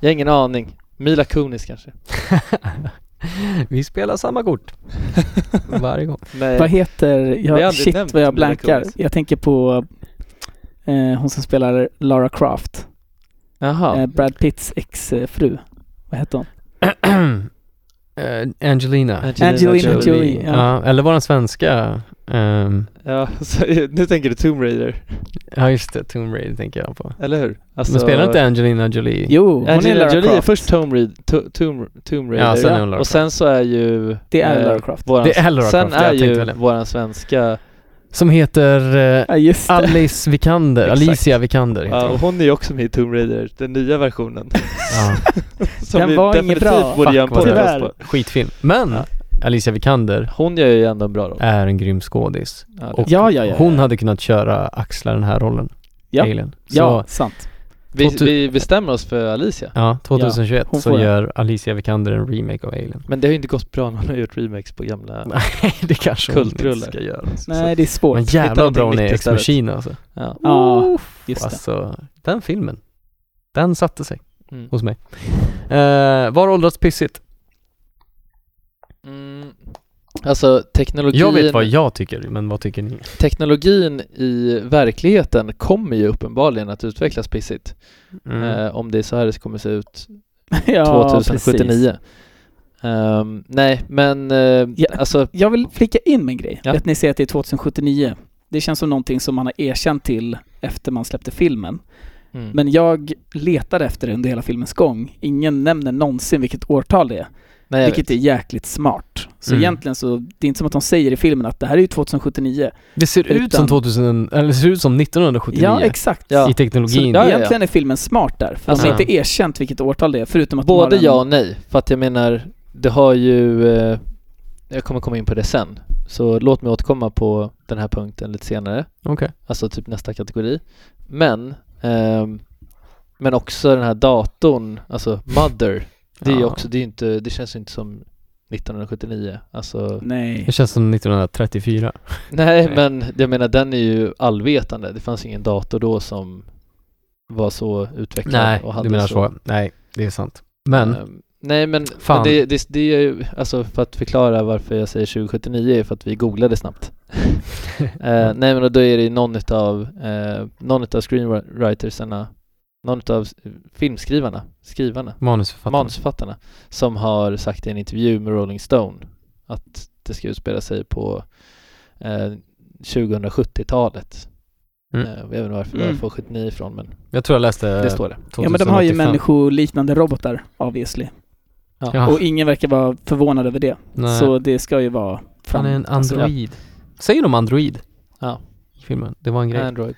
[SPEAKER 5] jag har ingen aning. Mila Kunis kanske?
[SPEAKER 1] vi spelar samma kort varje gång.
[SPEAKER 6] vad
[SPEAKER 5] Nej.
[SPEAKER 6] heter...
[SPEAKER 5] Vi har
[SPEAKER 6] Jag,
[SPEAKER 5] aldrig nämnt
[SPEAKER 6] shit vad jag
[SPEAKER 5] Mila
[SPEAKER 6] blankar.
[SPEAKER 5] Kunis.
[SPEAKER 6] Jag tänker på eh, hon som spelar Lara Croft. Eh,
[SPEAKER 5] Jaha.
[SPEAKER 6] Brad Pitts ex-fru. Vad hette hon?
[SPEAKER 1] Eh, Angelina.
[SPEAKER 6] Angelina Jolie.
[SPEAKER 1] Ja.
[SPEAKER 6] ja.
[SPEAKER 1] eller var den svenska? ehm,
[SPEAKER 5] Ja, så, nu tänker du Tomb Raider,
[SPEAKER 1] ja just det, Tomb Raider tänker jag på.
[SPEAKER 5] eller hur? Alltså,
[SPEAKER 1] Men spelar inte Angelina Jolie?
[SPEAKER 6] Jo, hon är
[SPEAKER 5] Angelina
[SPEAKER 6] Lara
[SPEAKER 5] Jolie är
[SPEAKER 6] Croft.
[SPEAKER 5] först Tomb Raid- To- Tomb, Tomb Raider
[SPEAKER 1] Ja, sen är hon Lara
[SPEAKER 5] och sen så är ju
[SPEAKER 6] Det är
[SPEAKER 5] eh,
[SPEAKER 6] Lara Croft.
[SPEAKER 5] våran,
[SPEAKER 1] Det är Lara
[SPEAKER 5] Sen
[SPEAKER 1] Croft, jag
[SPEAKER 5] är
[SPEAKER 1] tänkte
[SPEAKER 5] ju
[SPEAKER 1] väl det.
[SPEAKER 5] våran svenska
[SPEAKER 1] Som heter eh,
[SPEAKER 6] Ja, just det.
[SPEAKER 1] Alice Vikander,
[SPEAKER 6] Exakt.
[SPEAKER 1] Alicia Vikander heter
[SPEAKER 5] Ja,
[SPEAKER 1] hon.
[SPEAKER 5] och hon är ju också med i Tomb Raider, den nya versionen.
[SPEAKER 1] Ja.
[SPEAKER 5] Som
[SPEAKER 6] Den
[SPEAKER 5] vi
[SPEAKER 6] var
[SPEAKER 5] definitivt
[SPEAKER 6] ingen bra.
[SPEAKER 5] borde göra en
[SPEAKER 1] Fuck, vad
[SPEAKER 5] podcast
[SPEAKER 6] den var.
[SPEAKER 5] på.
[SPEAKER 1] Skitfilm. Men
[SPEAKER 5] Ja.
[SPEAKER 1] Alicia Vikander
[SPEAKER 5] Hon gör ju ändå en bra roll.
[SPEAKER 1] är en grym skådis.
[SPEAKER 5] Ja, det-
[SPEAKER 1] Och
[SPEAKER 6] Ja, ja, ja,
[SPEAKER 1] hon
[SPEAKER 6] ja.
[SPEAKER 1] hade kunnat köra, axla den här rollen.
[SPEAKER 6] Ja.
[SPEAKER 1] Alien. Så,
[SPEAKER 6] Ja, sant.
[SPEAKER 5] vi,
[SPEAKER 1] tvåtu-
[SPEAKER 5] vi bestämmer oss för Alicia.
[SPEAKER 1] ja, 2021
[SPEAKER 6] hon
[SPEAKER 1] så
[SPEAKER 6] får det.
[SPEAKER 1] gör Alicia Vikander en remake av Alien.
[SPEAKER 5] Men det har ju inte gått bra när hon har gjort remakes på gamla...
[SPEAKER 1] Nej, det kanske hon inte
[SPEAKER 5] Kultrulle.
[SPEAKER 1] ska göra.
[SPEAKER 6] Nej, det är svårt.
[SPEAKER 1] Men
[SPEAKER 5] Hitta
[SPEAKER 1] jävla
[SPEAKER 5] någonting
[SPEAKER 1] bra hon är
[SPEAKER 5] nytt
[SPEAKER 1] i Ex
[SPEAKER 5] istället.
[SPEAKER 1] Machina alltså.
[SPEAKER 5] Ja.
[SPEAKER 6] Ja, just det.
[SPEAKER 1] Alltså, den filmen. Den satte sig
[SPEAKER 5] Mm.
[SPEAKER 1] hos mig. Eh, var åldrats pissigt?
[SPEAKER 5] Mm. Alltså teknologin...
[SPEAKER 1] Jag vet vad jag tycker, men vad tycker ni?
[SPEAKER 5] teknologin i verkligheten kommer ju uppenbarligen att utvecklas pissigt.
[SPEAKER 1] Mm.
[SPEAKER 5] Eh, om det är så här det kommer se ut
[SPEAKER 6] Ja,
[SPEAKER 5] 2079.
[SPEAKER 6] precis.
[SPEAKER 5] Ehm, nej, men eh,
[SPEAKER 6] Ja.
[SPEAKER 5] alltså
[SPEAKER 6] Jag vill flika in med en grej.
[SPEAKER 5] Ja.
[SPEAKER 6] Att ni säger att det är 2079. Det känns som någonting som man har erkänt till efter man släppte filmen.
[SPEAKER 5] mm,
[SPEAKER 6] Men jag letade efter det under hela filmens gång. Ingen nämner någonsin vilket årtal det är.
[SPEAKER 5] nej, jag vet.
[SPEAKER 6] vilket är jäkligt smart. Så
[SPEAKER 1] Mm.
[SPEAKER 6] egentligen så, det är inte som att de säger i filmen att det här är ju 2079.
[SPEAKER 1] Det ser ut som
[SPEAKER 6] Utan-
[SPEAKER 1] 2000, eller det ser ut som 1979
[SPEAKER 6] Ja, exakt.
[SPEAKER 5] Ja.
[SPEAKER 1] i teknologin.
[SPEAKER 5] Så- ja, ja.
[SPEAKER 6] Egentligen är filmen smart där, för
[SPEAKER 5] Alltså-
[SPEAKER 6] de har inte erkänt vilket årtal det är, förutom att de har
[SPEAKER 5] Både
[SPEAKER 6] en...
[SPEAKER 5] ja och nej, för att jag menar, det har ju... Eh, jag kommer komma in på det sen. Så låt mig återkomma på den här punkten lite senare.
[SPEAKER 1] Okej.
[SPEAKER 5] Alltså typ nästa kategori. Men, ehm, men också den här datorn, alltså Mother. Det är ju
[SPEAKER 1] Ja.
[SPEAKER 5] också, det är ju inte, det känns ju inte som 1979. Alltså,
[SPEAKER 6] Nej.
[SPEAKER 1] Det känns som 1934.
[SPEAKER 5] nej
[SPEAKER 1] Nej.
[SPEAKER 5] men jag menar den är ju allvetande. Det fanns ingen dator då som var så utvecklad och hade
[SPEAKER 1] du menar så. Nej, det är sant. Men,
[SPEAKER 5] Ehm, nej men,
[SPEAKER 1] Fan.
[SPEAKER 5] men det, det, det är ju, alltså för att förklara varför jag säger 2079 är för att vi googlade snabbt. Eh, nej men och då är det ju någon utav, eh, någon utav screenwritersarna, någon utav s- filmskrivarna, skrivarna,
[SPEAKER 1] manusförfattaren.
[SPEAKER 5] manusförfattarna som har sagt i en intervju med Rolling Stone att det ska utspela sig på eh, 2070-talet.
[SPEAKER 1] Mm. Eh,
[SPEAKER 5] Eh, jag vet inte varför
[SPEAKER 6] Mm.
[SPEAKER 5] jag får 79 ifrån men
[SPEAKER 1] jag tror jag läste
[SPEAKER 5] det står det.
[SPEAKER 1] 2085.
[SPEAKER 6] Ja men de har ju människoliknande robotar, obviously.
[SPEAKER 1] Ja.
[SPEAKER 6] Och ingen verkar vara förvånad över det.
[SPEAKER 1] Ah. Nej.
[SPEAKER 6] Så det ska ju vara fram.
[SPEAKER 1] Han är en
[SPEAKER 6] alltså, ja.
[SPEAKER 1] android. Säger de android?
[SPEAKER 5] Ja.
[SPEAKER 1] I filmen. Det var en grej.
[SPEAKER 5] Android.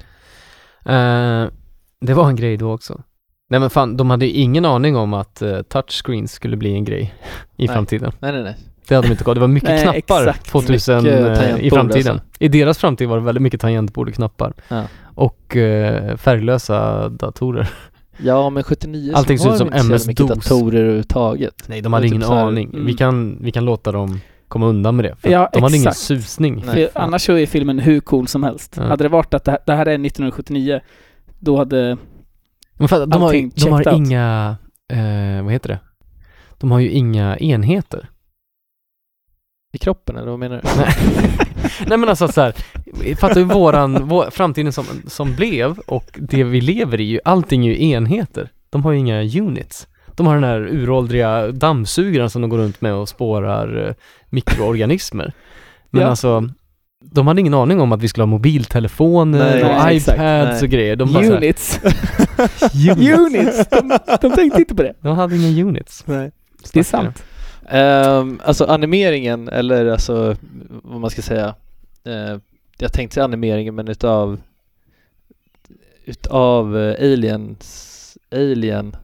[SPEAKER 1] Eh, det var en grej då också. Nej men fan, de hade ju ingen aning om att eh, touchscreens skulle bli en grej i
[SPEAKER 5] Nej.
[SPEAKER 1] framtiden.
[SPEAKER 5] Nej nej nej.
[SPEAKER 1] Det hade de inte koll Det var mycket
[SPEAKER 6] Nej,
[SPEAKER 1] knappar
[SPEAKER 6] exakt.
[SPEAKER 1] 2000
[SPEAKER 5] Mycket
[SPEAKER 1] eh, i
[SPEAKER 5] tangentbord
[SPEAKER 1] framtiden.
[SPEAKER 5] alltså.
[SPEAKER 1] I deras framtid var det väldigt mycket tangentbord och knappar.
[SPEAKER 5] Ja.
[SPEAKER 1] Och eh, färglösa datorer.
[SPEAKER 5] Ja, men 79
[SPEAKER 1] Allting
[SPEAKER 5] så
[SPEAKER 1] ser ut
[SPEAKER 5] var det
[SPEAKER 1] som
[SPEAKER 5] inte så jävla mycket
[SPEAKER 1] MS-DOS.
[SPEAKER 5] datorer överhuvudtaget.
[SPEAKER 1] Nej, de hade
[SPEAKER 5] Det är typ
[SPEAKER 1] ingen
[SPEAKER 5] så här-
[SPEAKER 1] aning. Vi,
[SPEAKER 6] Mm.
[SPEAKER 1] kan, vi kan låta dem komma undan med det. För
[SPEAKER 6] Ja,
[SPEAKER 1] att de hade ingen
[SPEAKER 6] exakt.
[SPEAKER 1] susning.
[SPEAKER 5] Nej,
[SPEAKER 6] För annars så är filmen hur cool som helst.
[SPEAKER 1] Ja.
[SPEAKER 6] Hade det varit att det här, det här är 1979, då hade...
[SPEAKER 1] Men för att de har, ju-
[SPEAKER 6] Allting
[SPEAKER 1] de har
[SPEAKER 6] checked out.
[SPEAKER 1] inga, eh, vad heter det? De har ju inga enheter.
[SPEAKER 5] I kroppen eller vad menar du?
[SPEAKER 1] Nej men alltså så här, fattar du våran, vår, framtiden som, som blev och det vi lever i, ju, allting är ju enheter. De har ju inga units. De har den här uråldriga dammsugaren som de går runt med och spårar eh, mikroorganismer. Men
[SPEAKER 6] Ja.
[SPEAKER 1] alltså, de hade ingen aning om att vi skulle ha mobiltelefoner
[SPEAKER 5] Nej,
[SPEAKER 1] och
[SPEAKER 6] nej, exakt,
[SPEAKER 1] iPads
[SPEAKER 5] nej.
[SPEAKER 1] och grejer. De, bara så här,
[SPEAKER 6] Units!
[SPEAKER 1] units.
[SPEAKER 6] Units! De, de tänkte inte på det.
[SPEAKER 1] de hade inga units.
[SPEAKER 5] Nej.
[SPEAKER 6] Det är sant.
[SPEAKER 5] Ehm, alltså animeringen, eller alltså vad man ska säga. eh, jag tänkte säga animeringen, men utav utav eh, aliens, alien,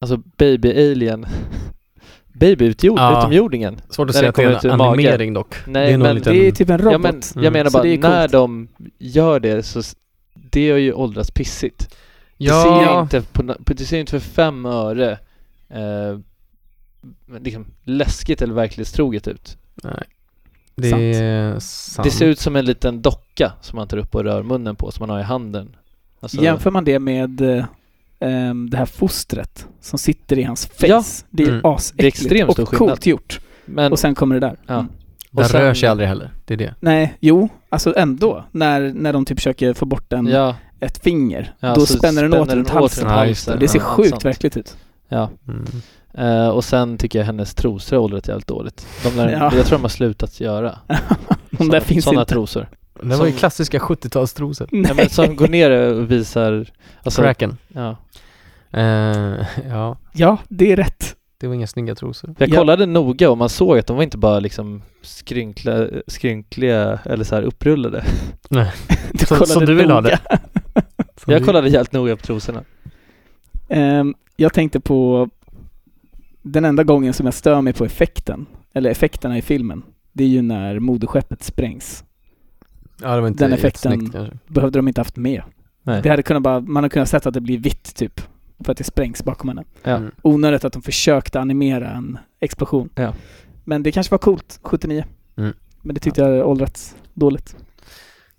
[SPEAKER 5] alltså baby alien, baby
[SPEAKER 1] Ja.
[SPEAKER 5] utomjordingen.
[SPEAKER 1] Svårt att
[SPEAKER 5] När
[SPEAKER 1] säga
[SPEAKER 5] den
[SPEAKER 1] att det är
[SPEAKER 5] kommer
[SPEAKER 1] en
[SPEAKER 5] ut ur magen.
[SPEAKER 1] animering dock.
[SPEAKER 5] Nej,
[SPEAKER 1] det är nog
[SPEAKER 5] men
[SPEAKER 1] en liten...
[SPEAKER 6] Det är typ en robot.
[SPEAKER 5] Ja, men,
[SPEAKER 1] Mm.
[SPEAKER 5] jag menar
[SPEAKER 6] Så
[SPEAKER 5] bara,
[SPEAKER 6] det är
[SPEAKER 5] när
[SPEAKER 6] coolt.
[SPEAKER 5] de gör det så, s- det har ju åldrats pissigt.
[SPEAKER 1] ja,
[SPEAKER 5] Du ser ju inte, på, na- på, du ser ju inte för fem öre eh, liksom läskigt eller verklighetstroget ut.
[SPEAKER 1] det är sant.
[SPEAKER 5] Det ser ut som en liten docka som man tar upp och rör munnen på, som man har i handen. Alltså,
[SPEAKER 6] Jämför man det med eh, ehm, det här fostret som sitter i hans face.
[SPEAKER 5] Ja.
[SPEAKER 6] Det är
[SPEAKER 1] Mm.
[SPEAKER 6] asäckligt
[SPEAKER 5] Det är extremt stor
[SPEAKER 6] och
[SPEAKER 5] skillnad.
[SPEAKER 6] coolt gjort.
[SPEAKER 5] men,
[SPEAKER 6] Och sen kommer det där.
[SPEAKER 5] Ja.
[SPEAKER 6] Mm.
[SPEAKER 1] Den
[SPEAKER 5] och sen-
[SPEAKER 1] rör sig aldrig heller, det är det.
[SPEAKER 6] Nej, jo, alltså ändå. När, när de typ försöker få bort en,
[SPEAKER 5] ja,
[SPEAKER 6] ett finger,
[SPEAKER 5] ja, alltså,
[SPEAKER 6] då
[SPEAKER 5] så
[SPEAKER 6] spänner den åt runt halsen.
[SPEAKER 5] runt
[SPEAKER 1] Ja, just
[SPEAKER 5] halsen.
[SPEAKER 6] det ser
[SPEAKER 5] Ja,
[SPEAKER 6] sjukt
[SPEAKER 5] sant.
[SPEAKER 6] verkligt ut.
[SPEAKER 5] Ja.
[SPEAKER 1] Mm.
[SPEAKER 5] Eh, och sen tycker jag hennes trosor har åldrat jävligt dåligt. De lär,
[SPEAKER 6] Ja.
[SPEAKER 5] Jag tror de har slutat göra
[SPEAKER 6] De där finns
[SPEAKER 5] sådana
[SPEAKER 6] inte.
[SPEAKER 5] trosor.
[SPEAKER 1] Det var ju
[SPEAKER 5] Som-
[SPEAKER 1] klassiska 70-talstrosor.
[SPEAKER 5] Ja, men som går ner och visar... Alltså,
[SPEAKER 1] Kraken.
[SPEAKER 5] ja.
[SPEAKER 1] Eh, ja.
[SPEAKER 6] Ja, det är rätt.
[SPEAKER 1] Det var inga snygga trosor.
[SPEAKER 5] Jag
[SPEAKER 6] Ja.
[SPEAKER 5] kollade noga och man såg att de var inte bara liksom skrynkla, skrynkliga eller så här upprullade.
[SPEAKER 6] Du
[SPEAKER 1] Så- så
[SPEAKER 6] kollade
[SPEAKER 1] du vill ha
[SPEAKER 6] noga.
[SPEAKER 1] det? Som
[SPEAKER 5] Jag
[SPEAKER 1] du-
[SPEAKER 5] kollade helt noga på trosorna.
[SPEAKER 6] Ehm, jag tänkte på den enda gången som jag stör mig på effekten, eller effekterna i filmen, det är ju när moderskeppet sprängs.
[SPEAKER 1] Ja, det var inte
[SPEAKER 6] den effekten-
[SPEAKER 1] jättesnyggt kanske.
[SPEAKER 6] Behövde de inte haft med.
[SPEAKER 5] Nej.
[SPEAKER 6] Det hade kunnat bara, man hade kunnat sett att det blir vitt typ, för att det sprängs bakom henne.
[SPEAKER 5] Ja.
[SPEAKER 1] Mm.
[SPEAKER 6] Onödigt att de försökte animera en explosion.
[SPEAKER 5] Ja.
[SPEAKER 6] Men det kanske var coolt, 79.
[SPEAKER 1] Mm.
[SPEAKER 6] Men det tyckte jag hade åldrats dåligt.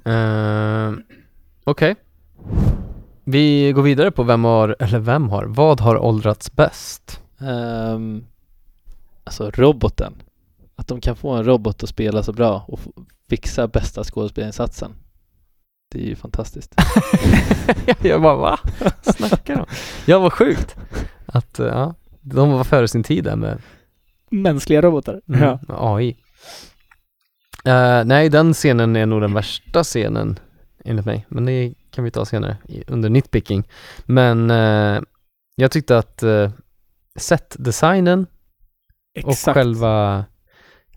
[SPEAKER 1] Ehm, Okej. Vi går vidare på vem har, eller vem har, vad har åldrats bäst?
[SPEAKER 5] Ehm, alltså roboten. Att de kan få en robot att spela så bra och f- fixa bästa skådespelarinsatsen. Det är ju fantastiskt.
[SPEAKER 1] jag bara va? Snackar de? Ja vad sjukt! Att, eh, ja, de var före sin tid där med
[SPEAKER 6] Mänskliga robotar.
[SPEAKER 1] mm, AI. Eh, nej, den scenen är nog den värsta scenen enligt mig, men det kan vi ta senare i, under nitpicking. Men eh, jag tyckte att uh, setdesignen Och
[SPEAKER 6] Exakt.
[SPEAKER 1] själva,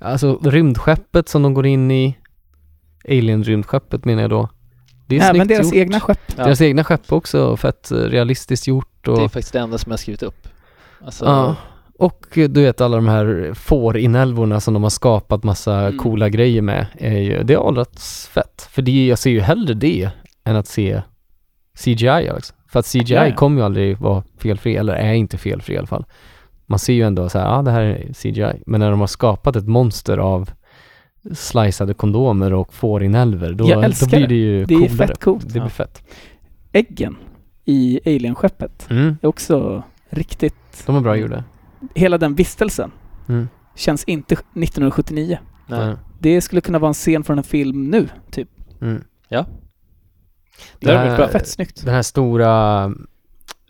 [SPEAKER 1] alltså rymdskeppet som de går in i, alien-rymdskeppet menar jag då. Det är
[SPEAKER 6] Även
[SPEAKER 1] snyggt
[SPEAKER 6] deras
[SPEAKER 1] gjort.
[SPEAKER 6] egna skepp.
[SPEAKER 5] Ja,
[SPEAKER 1] Deras egna skepp också, fett eh, realistiskt gjort
[SPEAKER 5] Det är
[SPEAKER 1] och,
[SPEAKER 5] faktiskt det enda som jag har skrivit upp. Alltså,
[SPEAKER 1] ja. och eh, du vet alla de här fårinälvorna som de har skapat massa
[SPEAKER 6] Mm.
[SPEAKER 1] coola grejer med. Är ju, det har åldrats fett, för det, jag ser ju hellre det än att se CGI också. För att CGI
[SPEAKER 6] Ja, ja.
[SPEAKER 1] kommer ju aldrig vara felfri, eller är inte felfri i alla fall. Man ser ju ändå så här, ja ah, det här är CGI. Men när de har skapat ett monster av sliceade kondomer och fårinälvor, då,
[SPEAKER 6] Jag
[SPEAKER 1] då
[SPEAKER 6] älskar
[SPEAKER 1] blir
[SPEAKER 6] det.
[SPEAKER 1] det ju
[SPEAKER 6] Det är
[SPEAKER 1] coolare.
[SPEAKER 6] fett coolt.
[SPEAKER 1] Det blir
[SPEAKER 5] Ja.
[SPEAKER 1] fett.
[SPEAKER 6] Äggen i alienskeppet
[SPEAKER 1] Mm,
[SPEAKER 6] är också riktigt...
[SPEAKER 1] de är bra gjorda.
[SPEAKER 6] Hela den vistelsen
[SPEAKER 1] Mm.
[SPEAKER 6] känns inte 1979.
[SPEAKER 5] nej.
[SPEAKER 6] Det skulle kunna vara en scen från en film nu, typ.
[SPEAKER 1] Mm.
[SPEAKER 5] Ja.
[SPEAKER 1] Det
[SPEAKER 5] Det hade
[SPEAKER 1] här,
[SPEAKER 5] varit bra.
[SPEAKER 6] Fett snyggt.
[SPEAKER 1] Den här stora,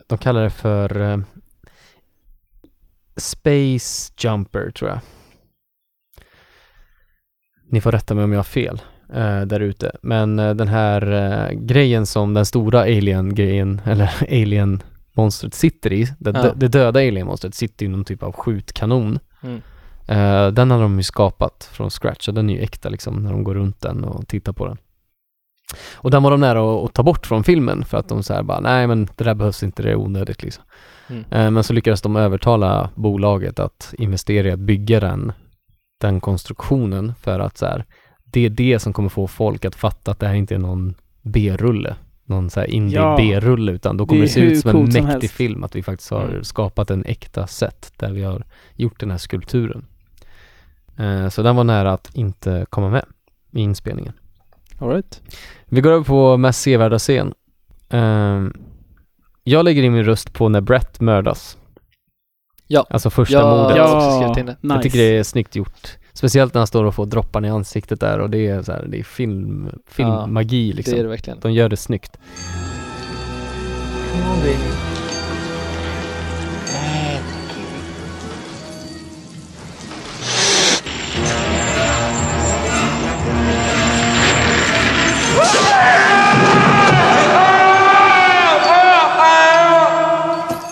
[SPEAKER 1] de kallar det för eh, Space Jumper tror jag. Ni får rätta mig om jag har fel eh, där ute. Men eh, den här eh, grejen som den stora alien-grejen, eller alien-monstret sitter i, det,
[SPEAKER 5] Ja.
[SPEAKER 1] det döda alien-monstret sitter i någon typ av skjutkanon.
[SPEAKER 5] Mm.
[SPEAKER 1] Eh, den har de ju skapat från scratch och den är ju äkta liksom när de går runt den och tittar på den. Och den var de nära att, att ta bort från filmen för att de så här bara, nej men det där behövs inte, det är onödigt liksom.
[SPEAKER 5] Mm.
[SPEAKER 1] Eh, Men så lyckades de övertala bolaget att investera i att bygga den, den konstruktionen för att så här, det är det som kommer få folk att fatta att det här inte är någon B-rulle, någon så här indie
[SPEAKER 6] Ja.
[SPEAKER 1] B-rulle, utan då
[SPEAKER 6] Det
[SPEAKER 1] kommer
[SPEAKER 6] är
[SPEAKER 1] det, se
[SPEAKER 6] hur
[SPEAKER 1] ut som en
[SPEAKER 6] coolt som
[SPEAKER 1] mäktig
[SPEAKER 6] helst.
[SPEAKER 1] film, att vi faktiskt har
[SPEAKER 5] Mm.
[SPEAKER 1] skapat en äkta set där vi har gjort den här skulpturen. Eh, Så den var nära att inte komma med i inspelningen.
[SPEAKER 5] All right.
[SPEAKER 1] Vi går över på mest sevärda scen. Ehm, jag lägger in min röst på när Brett mördas.
[SPEAKER 5] Ja.
[SPEAKER 1] Alltså första
[SPEAKER 5] Ja.
[SPEAKER 1] mordet.
[SPEAKER 5] Jag har också skrivit in det.
[SPEAKER 6] nice.
[SPEAKER 1] Jag tycker det är snyggt gjort. Speciellt när han står och får dropparna i ansiktet där och det är så här, det är film, filmmagi liksom.
[SPEAKER 5] Det är det verkligen.
[SPEAKER 1] De gör det snyggt.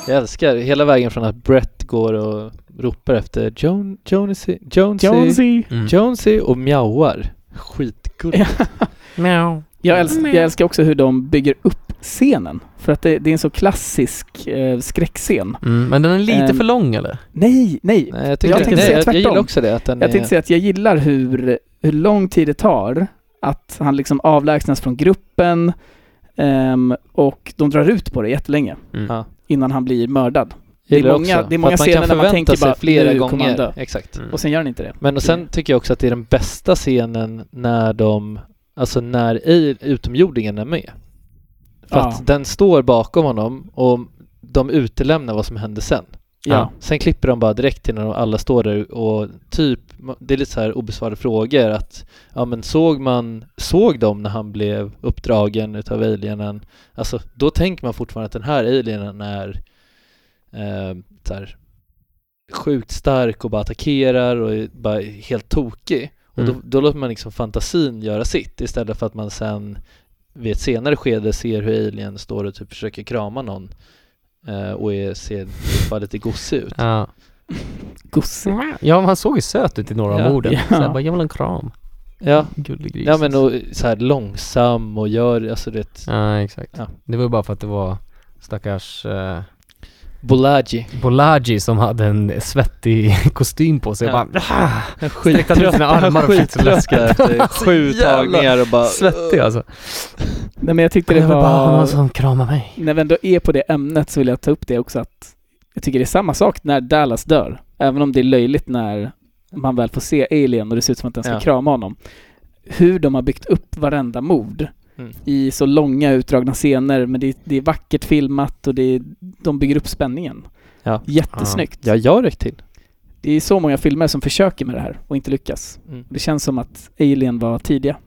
[SPEAKER 5] Jag älskar hela vägen från att Brett går och ropar efter Joan, Jonesy, Jonesy, Jonesy,
[SPEAKER 6] Jonesy!
[SPEAKER 1] Mm.
[SPEAKER 5] och mjauar. Skitgulligt.
[SPEAKER 1] Meow.
[SPEAKER 6] Jag, älsk, jag älskar också hur de bygger upp scenen. För att det, det är en så klassisk eh, skräckscen.
[SPEAKER 1] Mm, men den är lite
[SPEAKER 6] Ehm,
[SPEAKER 1] för lång eller?
[SPEAKER 6] Nej, nej!
[SPEAKER 5] Nej, jag, tycker,
[SPEAKER 6] Jag tänkte
[SPEAKER 5] nej,
[SPEAKER 6] säga
[SPEAKER 5] jag, jag
[SPEAKER 6] tvärtom.
[SPEAKER 5] gillar också det. Att den
[SPEAKER 6] Jag
[SPEAKER 5] är,
[SPEAKER 6] tänkte
[SPEAKER 1] Eh.
[SPEAKER 6] säga att jag gillar hur, hur lång tid det tar att han liksom avlägsnas från gruppen ehm, och de drar ut på det jättelänge
[SPEAKER 1] Mm.
[SPEAKER 5] Ja.
[SPEAKER 6] innan han blir mördad.
[SPEAKER 5] jag gillar
[SPEAKER 6] det är många-
[SPEAKER 5] också.
[SPEAKER 6] det är många
[SPEAKER 5] För att
[SPEAKER 6] scener när man
[SPEAKER 5] förvänta
[SPEAKER 6] tänker
[SPEAKER 5] sig
[SPEAKER 6] bara,
[SPEAKER 5] flera
[SPEAKER 6] nu kommer
[SPEAKER 5] gånger.
[SPEAKER 6] han dö.
[SPEAKER 5] Exakt.
[SPEAKER 1] Mm.
[SPEAKER 6] Och sen gör han inte det.
[SPEAKER 5] Men och sen tycker jag också att det är den bästa scenen när de, alltså när i- utomjordingen är med. För
[SPEAKER 6] Ja.
[SPEAKER 5] att den står bakom honom och de utelämnar vad som hände sen.
[SPEAKER 1] Ja.
[SPEAKER 6] Ja.
[SPEAKER 5] Sen klipper de bara direkt till när de alla står där och typ, det är lite så här obesvarade frågor att ja men såg man, såg de när han blev uppdragen utav alienen? Alltså då tänker man fortfarande att den här alienen är eh, så här, sjukt stark och bara attackerar och är bara helt tokig. Och
[SPEAKER 1] Mm.
[SPEAKER 5] då, då låter man liksom fantasin göra sitt istället för att man sen vid ett senare skede ser hur alien står och typ försöker krama någon eh, och är, ser bara lite gosig ut.
[SPEAKER 1] Ja.
[SPEAKER 6] Gosse.
[SPEAKER 1] Ja, man såg ju söt ut i några
[SPEAKER 5] Ja.
[SPEAKER 1] av orden.
[SPEAKER 6] Ja.
[SPEAKER 1] Så jag bara, jag vill ha en kram.
[SPEAKER 5] Ja,
[SPEAKER 1] Gullig gris.
[SPEAKER 5] ja men och så här långsam och gör, alltså du vet,
[SPEAKER 1] Ja, exakt.
[SPEAKER 5] Ja.
[SPEAKER 1] Det var ju bara för att det var stackars eh,
[SPEAKER 5] Bolaji.
[SPEAKER 1] Bolaji som hade en svettig kostym på sig.
[SPEAKER 5] Ja.
[SPEAKER 1] Jag bara, "Ah!"
[SPEAKER 5] Han
[SPEAKER 1] Sträckte ut sina armar och fick så
[SPEAKER 5] skittrött
[SPEAKER 1] läskigt.
[SPEAKER 5] efter
[SPEAKER 1] Så
[SPEAKER 5] sju
[SPEAKER 1] jävla
[SPEAKER 5] tagningar och bara...
[SPEAKER 1] svettig alltså.
[SPEAKER 6] Nej men jag tyckte
[SPEAKER 1] Jag
[SPEAKER 6] det
[SPEAKER 1] vill bara ha
[SPEAKER 6] var...
[SPEAKER 1] någon som kramar mig.
[SPEAKER 6] När vi ändå är på det ämnet så vill jag ta upp det också att jag tycker det är samma sak när Dallas dör. Även om det är löjligt när man väl får se Alien och det ser ut som att den ska
[SPEAKER 5] Ja.
[SPEAKER 6] krama honom. Hur de har byggt upp varenda mord
[SPEAKER 5] Mm.
[SPEAKER 6] i så långa utdragna scener men det är, det är vackert filmat och det är, de bygger upp spänningen.
[SPEAKER 5] Ja.
[SPEAKER 6] Jättesnyggt.
[SPEAKER 5] Ja, jag räckte till.
[SPEAKER 6] Det är så många filmer som försöker med det här och inte lyckas.
[SPEAKER 5] Mm.
[SPEAKER 6] Det känns som att Alien var tidiga.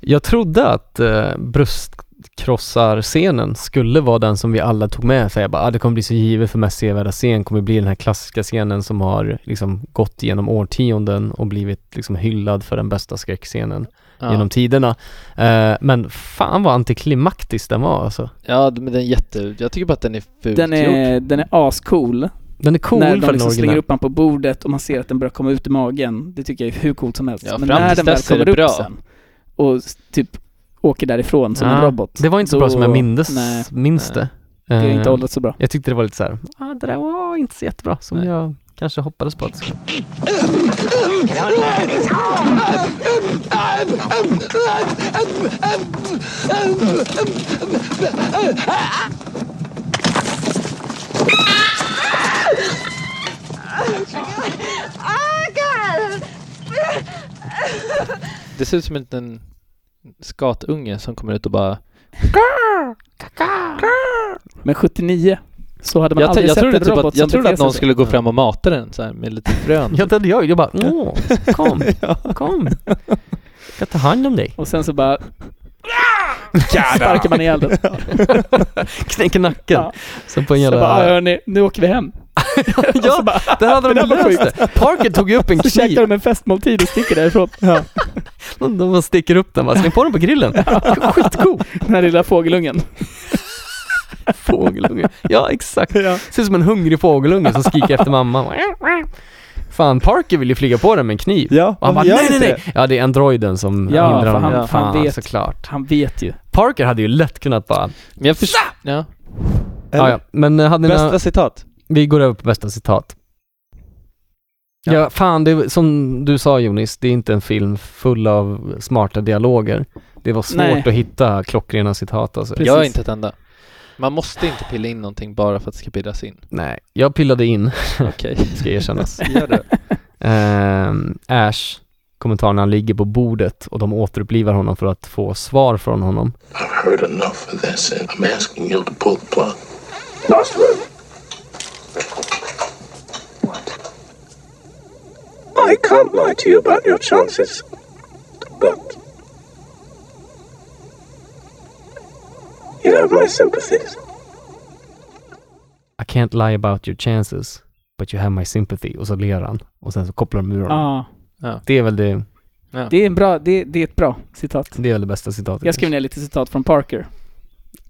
[SPEAKER 1] Jag trodde att eh, bröstkrossar-scenen skulle vara den som vi alla tog med. Så jag bara, ah, det kommer bli så givet för mest sevärda scen, kommer bli den här klassiska scenen som har liksom gått genom årtionden och blivit liksom hyllad för den bästa skräckscenen
[SPEAKER 5] Ja.
[SPEAKER 1] genom tiderna. Eh, men fan vad antiklimaktisk den var alltså.
[SPEAKER 5] ja, men den är jätte... Jag tycker bara att den är fult
[SPEAKER 6] Den
[SPEAKER 5] gjord.
[SPEAKER 6] är, den är ascool.
[SPEAKER 1] Den är cool
[SPEAKER 6] när
[SPEAKER 1] för
[SPEAKER 6] de
[SPEAKER 1] den
[SPEAKER 6] liksom
[SPEAKER 1] original.
[SPEAKER 6] slänger upp den på bordet och man ser att den börjar komma ut i magen. Det tycker jag är hur coolt som helst.
[SPEAKER 5] Ja,
[SPEAKER 6] Men
[SPEAKER 5] fram
[SPEAKER 6] när
[SPEAKER 5] tills
[SPEAKER 6] den väl
[SPEAKER 5] dess är
[SPEAKER 6] kommer
[SPEAKER 5] det
[SPEAKER 6] upp
[SPEAKER 5] bra.
[SPEAKER 6] sen och s- typ åker därifrån som en
[SPEAKER 1] Ja,
[SPEAKER 6] robot.
[SPEAKER 1] Det var inte så
[SPEAKER 6] då-
[SPEAKER 1] bra som jag mindes,
[SPEAKER 6] Nej,
[SPEAKER 1] minns
[SPEAKER 5] nej.
[SPEAKER 1] det.
[SPEAKER 6] det är inte
[SPEAKER 1] Eh,
[SPEAKER 6] åldrats så bra.
[SPEAKER 1] jag tyckte det var lite så här, ah, det där var inte så jättebra som jag kanske hoppades på. Att...
[SPEAKER 4] Oh,
[SPEAKER 5] Det ser ut som en liten skatunge som kommer ut och bara...
[SPEAKER 6] Men 79, så hade man
[SPEAKER 5] Jag, t-
[SPEAKER 6] aldrig
[SPEAKER 5] jag
[SPEAKER 6] sett
[SPEAKER 5] trodde,
[SPEAKER 6] en
[SPEAKER 5] typ
[SPEAKER 6] robot
[SPEAKER 5] att, jag
[SPEAKER 6] som
[SPEAKER 5] trodde
[SPEAKER 6] beter
[SPEAKER 5] att
[SPEAKER 6] sig
[SPEAKER 5] någon
[SPEAKER 6] så.
[SPEAKER 5] skulle gå fram och mata den så här med lite frön.
[SPEAKER 1] Ja, det hade jag ju. Jag bara, åh, kom, kom. Jag ska ta hand om dig.
[SPEAKER 6] Och sen så bara... Sparkar man ihjäl den.
[SPEAKER 1] Knäcker nacken.
[SPEAKER 6] Ja.
[SPEAKER 1] Som på en
[SPEAKER 6] Så bara, "Ah,
[SPEAKER 1] jävla...
[SPEAKER 6] hörni, nu åker vi hem.
[SPEAKER 1] Ja, där hade de
[SPEAKER 6] där var
[SPEAKER 1] löst det. Parker tog ju upp en
[SPEAKER 6] Så
[SPEAKER 1] kniv.
[SPEAKER 6] käkar de en festmåltid och sticker därifrån. Ja.
[SPEAKER 1] De bara sticker upp den bara, släng på den på grillen. Skitgod.
[SPEAKER 6] Den här lilla fågelungen.
[SPEAKER 1] Fågelunge. Ja, exakt.
[SPEAKER 6] Ja.
[SPEAKER 1] Ser ut som en hungrig fågelunge som skriker efter mamma. Fan, Parker vill ju flyga på den med en kniv.
[SPEAKER 5] Ja,
[SPEAKER 1] Och han bara, nej, nej, nej. Ja, det är androiden som
[SPEAKER 6] Ja,
[SPEAKER 1] hindrar
[SPEAKER 6] för
[SPEAKER 1] honom.
[SPEAKER 6] han- han vet.
[SPEAKER 1] såklart.
[SPEAKER 6] Han vet ju.
[SPEAKER 1] Parker hade ju lätt kunnat bara,
[SPEAKER 5] Men jag förstår... Ja.
[SPEAKER 1] ja, ja. Men eh, hade ni några-
[SPEAKER 5] Bästa citat?
[SPEAKER 1] Vi går över på bästa citat. Ja,
[SPEAKER 5] Ja.
[SPEAKER 1] fan, det, är- som du sa Jonis, det är inte en film full av smarta dialoger. Det var svårt
[SPEAKER 6] Nej.
[SPEAKER 1] att hitta klockrena citat alltså.
[SPEAKER 6] Precis.
[SPEAKER 5] Jag har inte ett enda. Man måste inte pilla in någonting bara för att det ska pillas in.
[SPEAKER 1] Nej, jag pillade in,
[SPEAKER 5] Okej.
[SPEAKER 1] ska erkännas.
[SPEAKER 5] Gör det.
[SPEAKER 1] Ehm, Ash, kommentaren när han ligger på bordet och de återupplivar honom för att få svar från honom.
[SPEAKER 7] I've heard enough of this, and I'm asking you to pull the plug.
[SPEAKER 8] I can't lie to you about your chances. But. You have my sympathies.
[SPEAKER 1] I can't lie about your chances, but you have my sympathy. Och så ler han. Och sen så kopplar de ur honom.
[SPEAKER 6] Ja.
[SPEAKER 1] Det, är väl det,
[SPEAKER 6] Det är, en bra, det, det är ett bra citat.
[SPEAKER 1] det är väl det bästa citatet.
[SPEAKER 6] Jag skrev ner lite citat från Parker.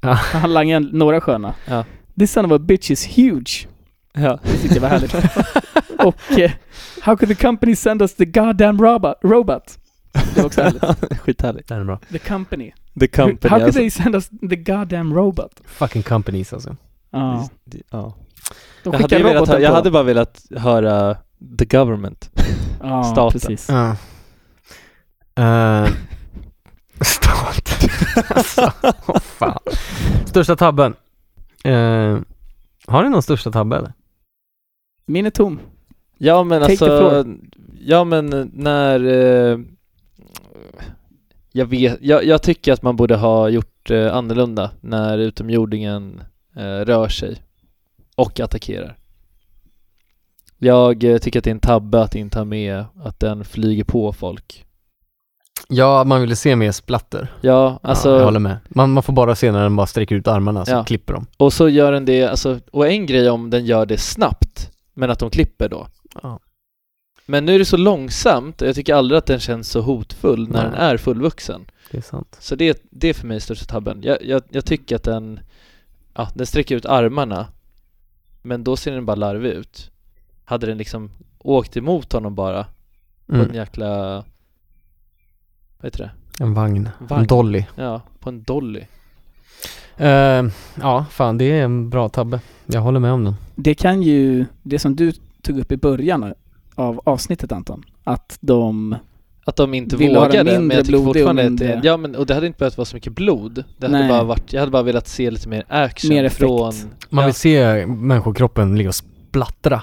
[SPEAKER 1] Ja.
[SPEAKER 6] Han langade några sköna.
[SPEAKER 5] Ja.
[SPEAKER 6] This son of a bitch is huge.
[SPEAKER 5] Ja.
[SPEAKER 6] Det tyckte jag var härligt. Och eh, how could the company send us the goddamn robot? robot? Det var också härligt.
[SPEAKER 5] Skithärligt.
[SPEAKER 1] Den är bra.
[SPEAKER 6] The company. alltså.
[SPEAKER 5] The company alltså.
[SPEAKER 6] how could they send us the goddamn robot?
[SPEAKER 1] Fucking companies alltså.
[SPEAKER 5] ja.
[SPEAKER 6] Ja. De
[SPEAKER 5] jag, hade
[SPEAKER 6] skickar
[SPEAKER 5] ju velat,
[SPEAKER 6] roboten
[SPEAKER 5] hö-
[SPEAKER 6] på
[SPEAKER 5] jag hade
[SPEAKER 6] dem.
[SPEAKER 5] bara velat höra the government.
[SPEAKER 6] ja,
[SPEAKER 5] staten.
[SPEAKER 6] Precis.
[SPEAKER 1] Ja. Uh, Stolt. alltså, åh fan. Största tabben. Eh, har ni någon största tabbe eller?
[SPEAKER 6] Min är tom.
[SPEAKER 5] Ja men
[SPEAKER 6] Take the
[SPEAKER 5] alltså,
[SPEAKER 6] floor.
[SPEAKER 5] ja men när... Eh, jag vet, jag, jag tycker att man borde ha gjort eh, annorlunda när utomjordingen eh, rör sig och attackerar. Jag eh, tycker att det är en tabbe att inte ha med att den flyger på folk.
[SPEAKER 1] Ja, man ville se mer splatter.
[SPEAKER 5] Ja, alltså...
[SPEAKER 1] ja, jag håller med. Man, man får bara se när den bara sträcker ut armarna så
[SPEAKER 5] Ja.
[SPEAKER 1] klipper de.
[SPEAKER 5] Och så gör den det, alltså, och en grej om den gör det snabbt, men att de klipper då.
[SPEAKER 1] Ja.
[SPEAKER 5] Men nu är det så långsamt och jag tycker aldrig att den känns så hotfull när
[SPEAKER 1] Nej.
[SPEAKER 5] den är fullvuxen.
[SPEAKER 1] Det är sant.
[SPEAKER 5] Så det, det är för mig största tabben. Jag, jag, jag tycker att den, ja, den sträcker ut armarna, men då ser den bara larvig ut. hade den liksom åkt emot honom bara på en
[SPEAKER 1] Mm.
[SPEAKER 5] jäkla, vad heter det?
[SPEAKER 1] En vagn.
[SPEAKER 5] Vagn.
[SPEAKER 1] En dolly.
[SPEAKER 5] Ja, på en dolly.
[SPEAKER 1] Eh, ja, fan det är en bra tabbe. Jag håller med om den.
[SPEAKER 6] Det kan ju, det som du tog upp i början av avsnittet Anton, att de,
[SPEAKER 5] Att de inte
[SPEAKER 6] Vill ha den
[SPEAKER 5] vågade, men
[SPEAKER 6] mindre
[SPEAKER 5] jag tycker
[SPEAKER 6] blodig och
[SPEAKER 5] fortfarande att
[SPEAKER 6] mindre-
[SPEAKER 5] det, ja, men, och det hade inte behövt vara så mycket blod. Det hade
[SPEAKER 6] Nej.
[SPEAKER 5] bara varit, jag hade bara velat se lite mer action
[SPEAKER 6] Mer effekt.
[SPEAKER 5] från
[SPEAKER 1] Man
[SPEAKER 5] Ja.
[SPEAKER 1] vill se människokroppen ligga och splattra.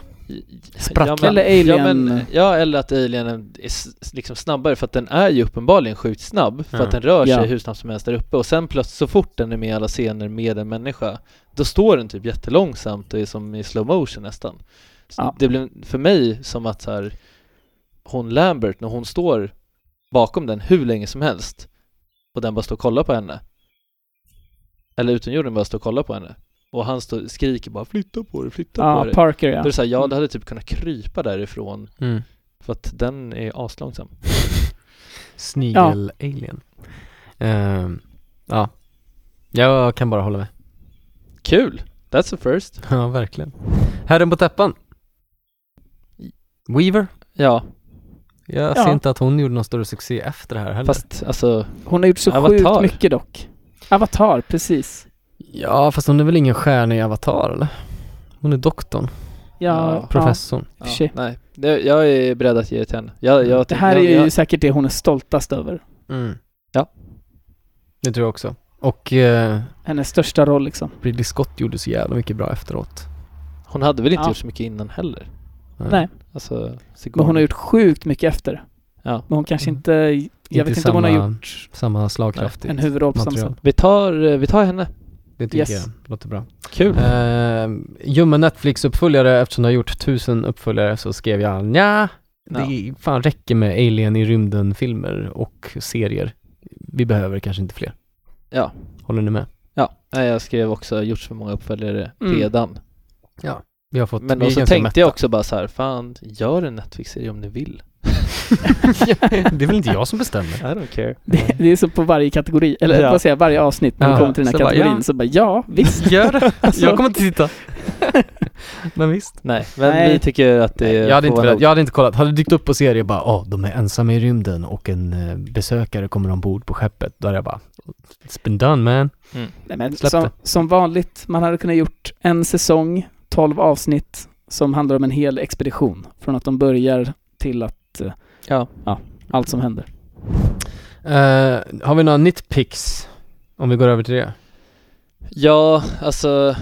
[SPEAKER 1] Sprattla.
[SPEAKER 5] men-
[SPEAKER 6] Eller alien.
[SPEAKER 5] Ja, men, ja, eller att alienen är s- s- liksom snabbare för att den är ju uppenbarligen sjukt snabb för
[SPEAKER 1] Ja.
[SPEAKER 5] att den rör sig
[SPEAKER 6] Ja.
[SPEAKER 5] hur snabbt som helst där uppe och sen plötsligt så fort den är med i alla scener med en människa då står den typ jättelångsamt och är som i slow motion nästan. Så
[SPEAKER 6] Ja.
[SPEAKER 5] Det blev för mig som att så här, hon Lambert när hon står bakom den hur länge som helst och den bara står och kollar på henne eller utomjorden bara står och kollar på henne och han står, skriker bara 'flytta på dig, flytta på
[SPEAKER 6] ja
[SPEAKER 5] dig' Då
[SPEAKER 6] Parker
[SPEAKER 5] är
[SPEAKER 6] ja. Mm.
[SPEAKER 5] det såhär, ja det hade typ kunnat krypa därifrån
[SPEAKER 1] Mm.
[SPEAKER 5] för att den är aslångsam.
[SPEAKER 1] Snigel-alien. Ehm, ja. Jag kan bara hålla med.
[SPEAKER 5] Kul! That's a first.
[SPEAKER 1] Ja, verkligen. Herren på täppan. Weaver.
[SPEAKER 5] Ja,
[SPEAKER 1] Jag
[SPEAKER 6] Ja.
[SPEAKER 1] ser inte att hon gjorde någon större succé efter det här heller.
[SPEAKER 5] fast alltså,
[SPEAKER 6] Hon har gjort så
[SPEAKER 5] Avatar.
[SPEAKER 6] sjukt mycket dock. Avatar, precis.
[SPEAKER 1] Ja, fast hon är väl ingen stjärna i Avatar eller? Hon är doktorn,
[SPEAKER 6] Ja,
[SPEAKER 5] Ja,
[SPEAKER 1] professorn.
[SPEAKER 5] ja,
[SPEAKER 6] Shit.
[SPEAKER 5] nej. Det, jag är beredd att ge det till henne. Jag, jag,
[SPEAKER 6] Det här är
[SPEAKER 5] jag,
[SPEAKER 6] ju
[SPEAKER 5] jag,
[SPEAKER 6] säkert det hon är stoltast över.
[SPEAKER 1] Mm.
[SPEAKER 5] Ja.
[SPEAKER 1] Det tror jag också. Och eh,
[SPEAKER 6] Hennes största roll liksom.
[SPEAKER 1] Ridley Scott gjorde så jävla mycket bra efteråt.
[SPEAKER 5] hon hade väl inte
[SPEAKER 6] Ja.
[SPEAKER 5] gjort så mycket innan heller?
[SPEAKER 1] Nej.
[SPEAKER 5] Alltså,
[SPEAKER 6] Men hon har
[SPEAKER 5] Sigourney.
[SPEAKER 6] gjort sjukt mycket efter.
[SPEAKER 5] Ja.
[SPEAKER 6] Men hon kanske
[SPEAKER 1] Mm.
[SPEAKER 6] inte, jag vet inte om hon har
[SPEAKER 1] samma-
[SPEAKER 6] gjort
[SPEAKER 1] Samma slagkraft. i
[SPEAKER 6] en huvudroll på samma
[SPEAKER 1] material.
[SPEAKER 6] sätt.
[SPEAKER 5] Vi tar, eh, vi tar henne.
[SPEAKER 1] Det tycker
[SPEAKER 6] Yes. Mm.
[SPEAKER 1] jag låter bra.
[SPEAKER 5] Kul.
[SPEAKER 1] Eh, Ljummen Netflix-uppföljare, eftersom du har gjort tusen uppföljare så skrev jag nja, det fan räcker med Alien i rymden-filmer och serier. Vi behöver kanske inte fler.
[SPEAKER 5] Ja.
[SPEAKER 1] Håller ni med?
[SPEAKER 5] Ja, nej, jag skrev också gjort så många uppföljare
[SPEAKER 6] Mm.
[SPEAKER 5] redan.
[SPEAKER 1] Vi har fått,
[SPEAKER 5] Men
[SPEAKER 1] vi är
[SPEAKER 5] och så
[SPEAKER 1] ganska
[SPEAKER 5] tänkte jag
[SPEAKER 1] mätta.
[SPEAKER 5] också bara så här, fan, gör en Netflix-serie om ni vill.
[SPEAKER 1] Det är väl inte jag som bestämmer?
[SPEAKER 5] I don't care.
[SPEAKER 6] Det, det är så på varje kategori, eller
[SPEAKER 5] Ja.
[SPEAKER 6] vad säger jag, varje avsnitt när man
[SPEAKER 1] Ja.
[SPEAKER 6] kommer till den här
[SPEAKER 1] Så bara,
[SPEAKER 6] kategorin
[SPEAKER 1] ja.
[SPEAKER 6] så bara ja, visst.
[SPEAKER 1] Gör det!
[SPEAKER 6] Alltså,
[SPEAKER 1] Jag kommer inte titta. Men visst.
[SPEAKER 5] Nej, men
[SPEAKER 6] Nej.
[SPEAKER 5] vi tycker att det
[SPEAKER 1] jag, hade
[SPEAKER 5] får
[SPEAKER 1] inte
[SPEAKER 5] vara
[SPEAKER 1] velat,
[SPEAKER 5] nog.
[SPEAKER 1] jag hade inte kollat. Hade det dykt upp på serier bara, åh, de är ensamma i rymden och en eh, besökare kommer ombord på skeppet. Då hade jag bara, it's been done man.
[SPEAKER 6] Nej, men
[SPEAKER 1] Släpp
[SPEAKER 6] som,
[SPEAKER 1] det.
[SPEAKER 6] som vanligt, man hade kunnat gjort en säsong, 12 avsnitt som handlar om en hel expedition. Från att de börjar till att, eh,
[SPEAKER 5] Ja.
[SPEAKER 6] allt som händer.
[SPEAKER 1] Eh, har vi några nitpicks? Om vi går över till det.
[SPEAKER 5] Ja, alltså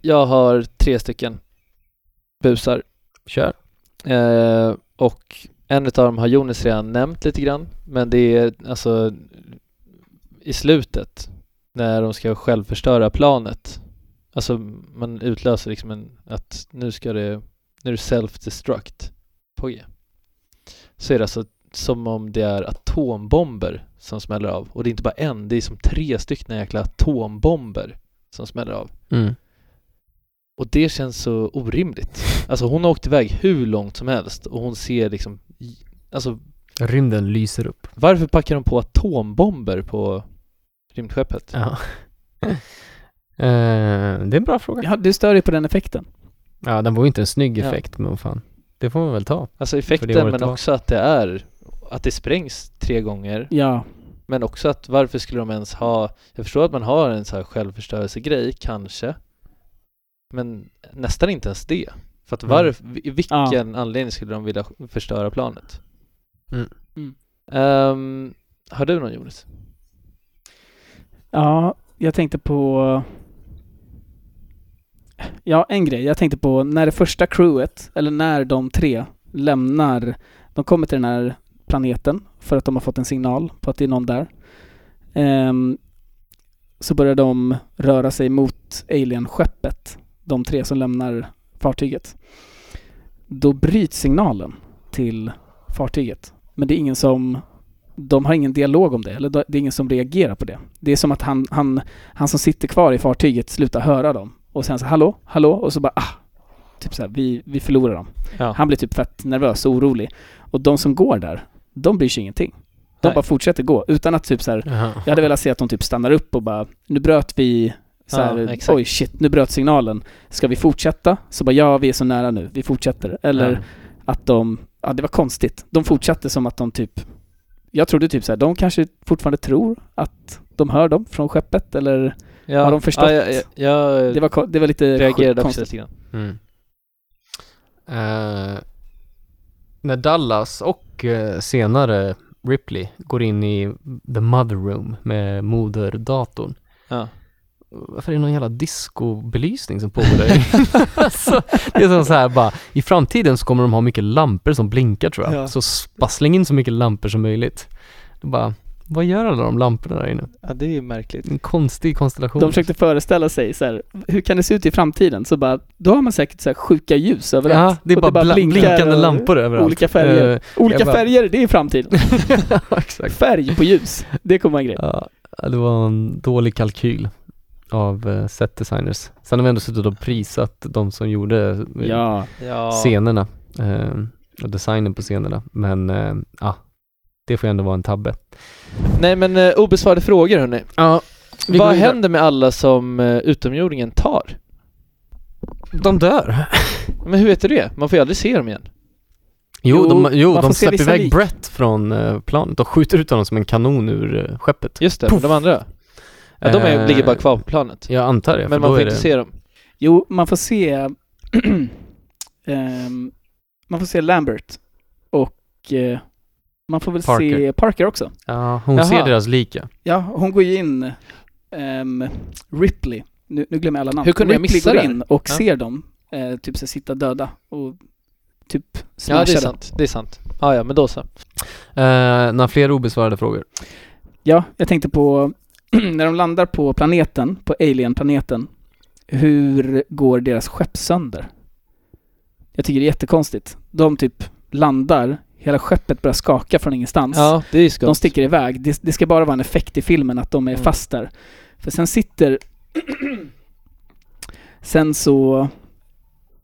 [SPEAKER 5] jag har tre stycken busar
[SPEAKER 1] Kör.
[SPEAKER 5] eh, och en utav dem har Jonas redan nämnt lite grann men det är alltså i slutet när de ska självförstöra planet alltså man utlöser liksom en, att nu ska det nu är det self-destruct på G så är det alltså som om det är atombomber som smäller av och det är inte bara en, det är som tre stycken jäkla atombomber som smäller av
[SPEAKER 1] Mm.
[SPEAKER 5] och det känns så orimligt. Alltså hon har åkt iväg hur långt som helst och hon ser liksom i- Alltså
[SPEAKER 1] Rymden lyser upp.
[SPEAKER 5] varför packar de på atombomber på rymdskeppet?
[SPEAKER 1] Ja. Eh, det är en bra fråga.
[SPEAKER 6] Ja, du stör dig på den effekten.
[SPEAKER 1] Ja, den var ju inte en snygg
[SPEAKER 5] Ja.
[SPEAKER 1] effekt, men fan. Det får man väl ta. För
[SPEAKER 5] Alltså
[SPEAKER 1] det
[SPEAKER 5] effekten
[SPEAKER 1] året
[SPEAKER 5] men
[SPEAKER 1] var.
[SPEAKER 5] också att det är att det sprängs tre gånger
[SPEAKER 6] Ja,
[SPEAKER 5] men också att varför skulle de ens ha Jag förstår att man har en så här självförstörelsegrej kanske men nästan inte ens det. För att
[SPEAKER 1] Mm.
[SPEAKER 5] varför, i vilken
[SPEAKER 6] Ja.
[SPEAKER 5] anledning skulle de vilja förstöra planet?
[SPEAKER 1] Mm.
[SPEAKER 6] Mm.
[SPEAKER 5] Ehm, har du någon Jonas?
[SPEAKER 6] ja, jag tänkte på... Ja, en grej. Jag tänkte på när det första crewet, eller när de tre lämnar, de kommer till den här planeten för att de har fått en signal på att det är någon där. Ehm, så börjar de röra sig mot alienskeppet, de tre som lämnar fartyget. Då bryts signalen till fartyget, men det är ingen som de har ingen dialog om det, eller det är ingen som reagerar på det. Det är som att han, han, han som sitter kvar i fartyget slutar höra dem. Och sen så hallå, hallå, och så bara ah. Typ så här, vi, vi förlorar dem.
[SPEAKER 5] Ja.
[SPEAKER 6] Han blir typ fett nervös och orolig. Och de som går där, de bryr sig ingenting. De
[SPEAKER 5] Nej.
[SPEAKER 6] bara fortsätter gå, utan att typ så här, jag hade velat se att de typ stannar upp och bara, nu bröt vi Så här,
[SPEAKER 5] Ja, exakt.
[SPEAKER 6] Oj shit, nu bröt signalen. Ska vi fortsätta? Så bara ja, vi är så nära nu, vi fortsätter. Eller
[SPEAKER 5] Ja.
[SPEAKER 6] att de, ja det var konstigt. De fortsatte som att de typ, jag trodde typ så här, de kanske fortfarande tror att de hör dem från skeppet eller
[SPEAKER 5] Ja,
[SPEAKER 6] Har de förstått?
[SPEAKER 5] Ja, jag, jag, jag
[SPEAKER 6] det var, ko- det var lite
[SPEAKER 5] reagerade också
[SPEAKER 6] konstigt.
[SPEAKER 5] lite grann.
[SPEAKER 1] Mm. Eh, när Dallas och eh, senare Ripley går in i the mother room med moderdatorn.
[SPEAKER 5] Ja.
[SPEAKER 1] Varför är det någon jävla discobelysning som pågår där? alltså, det är som så här bara, i framtiden så kommer de ha mycket lampor som blinkar tror jag.
[SPEAKER 5] Ja.
[SPEAKER 1] Så s- bara släng in så mycket lampor som möjligt. Det är bara, vad gör alla de lamporna där inne?
[SPEAKER 5] ja, det är ju märkligt.
[SPEAKER 1] En konstig konstellation.
[SPEAKER 6] De försökte föreställa sig så här, hur kan det se ut i framtiden? Så bara, då har man säkert så här sjuka ljus överallt.
[SPEAKER 1] Ja, det är
[SPEAKER 6] Och
[SPEAKER 1] bara bla-
[SPEAKER 6] blinkar
[SPEAKER 1] blinkande
[SPEAKER 6] och-
[SPEAKER 1] lampor överallt.
[SPEAKER 6] Olika färger.
[SPEAKER 1] Eh,
[SPEAKER 6] Olika
[SPEAKER 1] jag bara-
[SPEAKER 6] färger, det är framtiden.
[SPEAKER 1] ja, exakt.
[SPEAKER 6] Färg på ljus, det kommer vara en grej.
[SPEAKER 1] Ja, det var en dålig kalkyl av eh, set designers. Sen har vi ändå suttit och prisat de som gjorde eh,
[SPEAKER 6] Ja,
[SPEAKER 5] Ja.
[SPEAKER 1] scenerna eh, och designen på scenerna. Men eh, ja, det får ju ändå vara en tabbe.
[SPEAKER 5] Nej men eh, obesvarade frågor hörni.
[SPEAKER 1] Ja,
[SPEAKER 5] Vad händer med alla som eh, utomjordingen tar?
[SPEAKER 1] De dör.
[SPEAKER 5] Men hur vet du det? Man får ju aldrig se dem igen.
[SPEAKER 1] Jo,
[SPEAKER 6] Jo,
[SPEAKER 1] de, jo,
[SPEAKER 6] man
[SPEAKER 1] de
[SPEAKER 6] får se
[SPEAKER 1] släpper
[SPEAKER 6] vissa
[SPEAKER 1] iväg
[SPEAKER 6] lik.
[SPEAKER 1] Brett från eh, planet och skjuter ut honom som en kanon ur eh, skeppet.
[SPEAKER 5] Just det, men de andra? Ja, de är,
[SPEAKER 1] Eh,
[SPEAKER 5] ligger bara kvar på planet.
[SPEAKER 1] Jag antar det. för
[SPEAKER 5] men
[SPEAKER 1] då
[SPEAKER 5] man får
[SPEAKER 1] är
[SPEAKER 5] inte
[SPEAKER 1] det-
[SPEAKER 5] se dem.
[SPEAKER 6] jo, man får se ehm, Man får se Lambert och eh, man får väl se
[SPEAKER 1] Parker.
[SPEAKER 6] Parker också.
[SPEAKER 1] Ja, hon
[SPEAKER 5] Jaha.
[SPEAKER 1] ser deras lika.
[SPEAKER 6] Ja, hon går ju in ehm, Ripley. Nu, nu glömmer jag alla namn.
[SPEAKER 5] Hur kunde jag
[SPEAKER 6] Ripley
[SPEAKER 5] missa
[SPEAKER 6] går
[SPEAKER 5] det?
[SPEAKER 6] in och
[SPEAKER 5] Ja.
[SPEAKER 6] ser dem eh, typ så här sitta döda och typ
[SPEAKER 5] Ja det är
[SPEAKER 6] smashade.
[SPEAKER 5] sant, det är sant. Ja, ja men då så.
[SPEAKER 1] Eh, några fler obesvarade frågor?
[SPEAKER 6] Ja, jag tänkte på när de landar på planeten, på alien-planeten, hur går deras skepp sönder? Jag tycker det är jättekonstigt. De typ landar, hela skeppet börjar skaka från ingenstans.
[SPEAKER 5] Ja, det är ju skumt.
[SPEAKER 6] de sticker iväg. Det, det ska bara vara en effekt i filmen att de är
[SPEAKER 5] Mm.
[SPEAKER 6] fast där. För sen sitter... sen så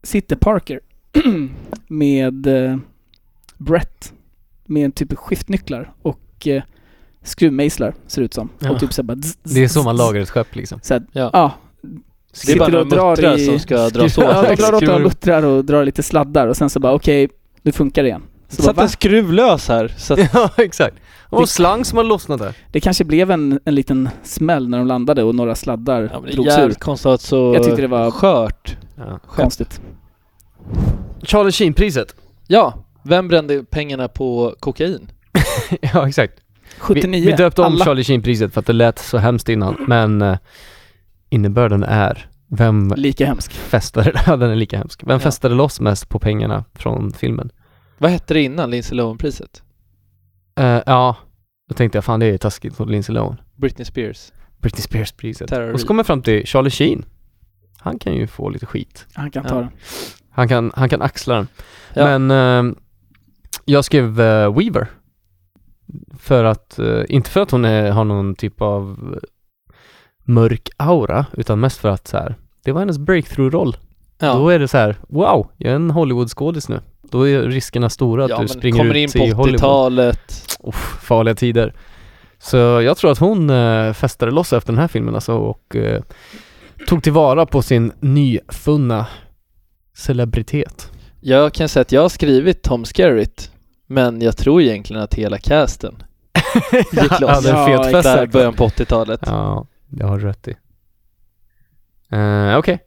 [SPEAKER 6] sitter Parker med eh, Brett med typ skiftnycklar och eh, skruvmejslar ser det ut som.
[SPEAKER 1] Ja.
[SPEAKER 6] Och typ så här bara... zzz, zzz,
[SPEAKER 1] Det är så man
[SPEAKER 6] zzz.
[SPEAKER 1] lagar ett skepp liksom.
[SPEAKER 6] Så här,
[SPEAKER 5] Ja.
[SPEAKER 6] ja,
[SPEAKER 5] det är bara några
[SPEAKER 6] sitter och drar
[SPEAKER 5] muttrar
[SPEAKER 6] i-
[SPEAKER 5] som ska dras åt.
[SPEAKER 6] ja, de drar åt
[SPEAKER 1] skruv.
[SPEAKER 6] några muttrar och drar lite sladdar och sen så bara okej, nu funkar det igen. Så bara,
[SPEAKER 5] Satt
[SPEAKER 6] va?
[SPEAKER 5] en skruv lös här. Så att,
[SPEAKER 1] Ja, exakt. Det var
[SPEAKER 6] Det-
[SPEAKER 1] en slang som hade lossnat där.
[SPEAKER 6] Det kanske blev en, en liten smäll när de landade och några sladdar
[SPEAKER 5] ja, men det är
[SPEAKER 6] drogs ur.
[SPEAKER 5] jävligt konstigt att så
[SPEAKER 6] Jag tyckte det var-
[SPEAKER 5] skört.
[SPEAKER 6] Konstigt.
[SPEAKER 1] Charlie Sheen-priset.
[SPEAKER 5] Ja, vem brände pengarna på kokain?
[SPEAKER 1] ja, exakt. Vi,
[SPEAKER 6] 79.
[SPEAKER 1] vi döpte om
[SPEAKER 6] alla.
[SPEAKER 1] Charlie Sheen-priset för att det lät så hemskt innan, men eh, innebörden är vem
[SPEAKER 6] Lika hemsk.
[SPEAKER 1] festade, ja, den är lika hemsk. Vem
[SPEAKER 5] Ja.
[SPEAKER 1] festade loss mest på pengarna från filmen?
[SPEAKER 5] Vad hette det innan Lindsay Lohan-priset?
[SPEAKER 1] Eh, ja, då tänkte jag fan det är taskigt mot Lindsay Lohan.
[SPEAKER 5] Britney Spears.
[SPEAKER 1] Britney Spears-priset.
[SPEAKER 5] Terror.
[SPEAKER 1] Och så kommer jag fram till Charlie Sheen. Han kan ju få lite skit.
[SPEAKER 6] Han kan
[SPEAKER 5] Ja.
[SPEAKER 6] ta den.
[SPEAKER 1] Han kan, han kan axla den.
[SPEAKER 5] Ja.
[SPEAKER 1] Men eh, jag skrev eh, Weaver. För att, eh, inte för att hon är, har någon typ av eh, mörk aura, utan mest för att så här, det var hennes breakthrough-roll.
[SPEAKER 5] Ja.
[SPEAKER 1] Då är det så här, wow, jag är en Hollywood-skådis nu. Då är riskerna stora att
[SPEAKER 5] ja,
[SPEAKER 1] du
[SPEAKER 5] men
[SPEAKER 1] springer
[SPEAKER 5] kommer
[SPEAKER 1] ut
[SPEAKER 5] in
[SPEAKER 1] i
[SPEAKER 5] på
[SPEAKER 1] Hollywood.
[SPEAKER 5] 80-talet.
[SPEAKER 1] Uff, farliga tider. Så jag tror att hon eh, festade loss efter den här filmen alltså och eh, tog tillvara på sin nyfunna celebritet.
[SPEAKER 5] Jag kan säga att jag har skrivit Tom Skerritt, men jag tror egentligen att hela casten gick loss.
[SPEAKER 1] Hade en
[SPEAKER 6] Ja,
[SPEAKER 1] fet fest
[SPEAKER 5] där
[SPEAKER 1] här.
[SPEAKER 5] i början på 80-talet.
[SPEAKER 1] Ja, det har du rätt i. Eh, Okej,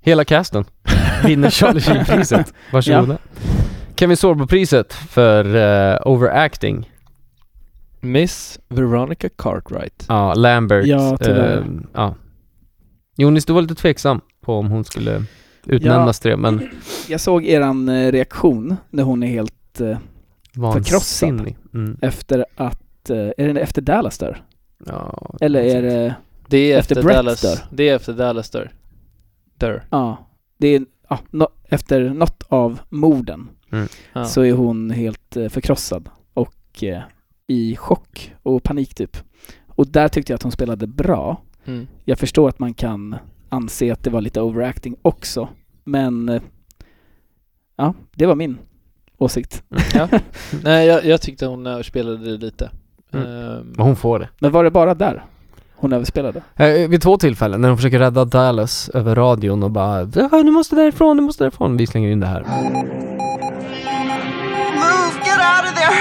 [SPEAKER 1] hela casten vinner Charlie Sheen-priset. Varsågoda. Kevin Sorbo-priset för eh, overacting.
[SPEAKER 5] Miss Veronica Cartwright.
[SPEAKER 1] Ja, Lambert.
[SPEAKER 6] Ja, tyvärr.
[SPEAKER 1] eh, ja. Jonis, du var lite tveksam på om hon skulle utnämnas till det, men
[SPEAKER 6] Jag såg eran eh, reaktion när hon är helt eh, Förkrossad.
[SPEAKER 1] vansinnig. Mm.
[SPEAKER 6] efter att... Eh, är det efter Dallas där?
[SPEAKER 1] Ja,
[SPEAKER 6] Eller är det...
[SPEAKER 5] Det är
[SPEAKER 6] Efter
[SPEAKER 5] efter,
[SPEAKER 6] Brett
[SPEAKER 5] Dallas.
[SPEAKER 6] dör.
[SPEAKER 5] Det är efter Dallas dör. Dör.
[SPEAKER 6] Ja. Det är... Ja, nå- efter något av morden
[SPEAKER 5] Ja.
[SPEAKER 6] så är hon helt eh, förkrossad och eh, i chock och panik typ. Och där tyckte jag att hon spelade bra.
[SPEAKER 5] Mm.
[SPEAKER 6] Jag förstår att man kan anse att det var lite overacting också, men eh, ja, det var min åsikt.
[SPEAKER 5] Nej, jag, jag tyckte hon överspelade det lite.
[SPEAKER 1] Mm.
[SPEAKER 5] Ehm,
[SPEAKER 1] Men hon får det.
[SPEAKER 6] Men var det bara där? Hon överspelade.
[SPEAKER 1] Eh, vid två tillfällen när de försöker rädda Dallas över radion och bara "Ah, du måste därifrån, du måste därifrån. Vi slänger in det här.
[SPEAKER 8] Move! Get out of there!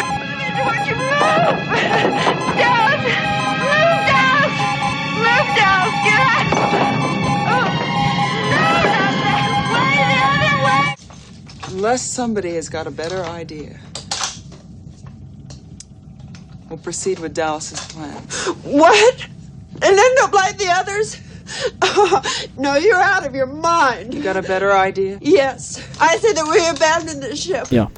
[SPEAKER 8] Don't you move! Dad! Move, Dad! Move, Dad! Get out! Oh. No, not that way! The other way!
[SPEAKER 9] Unless somebody has got a better idea, we'll proceed with Dallas's plan.
[SPEAKER 8] What? And end up like the others? no, you're out of your
[SPEAKER 9] You
[SPEAKER 8] mind.
[SPEAKER 9] got a better idea?
[SPEAKER 8] Yes, I said that we abandoned the ship.
[SPEAKER 6] Ja.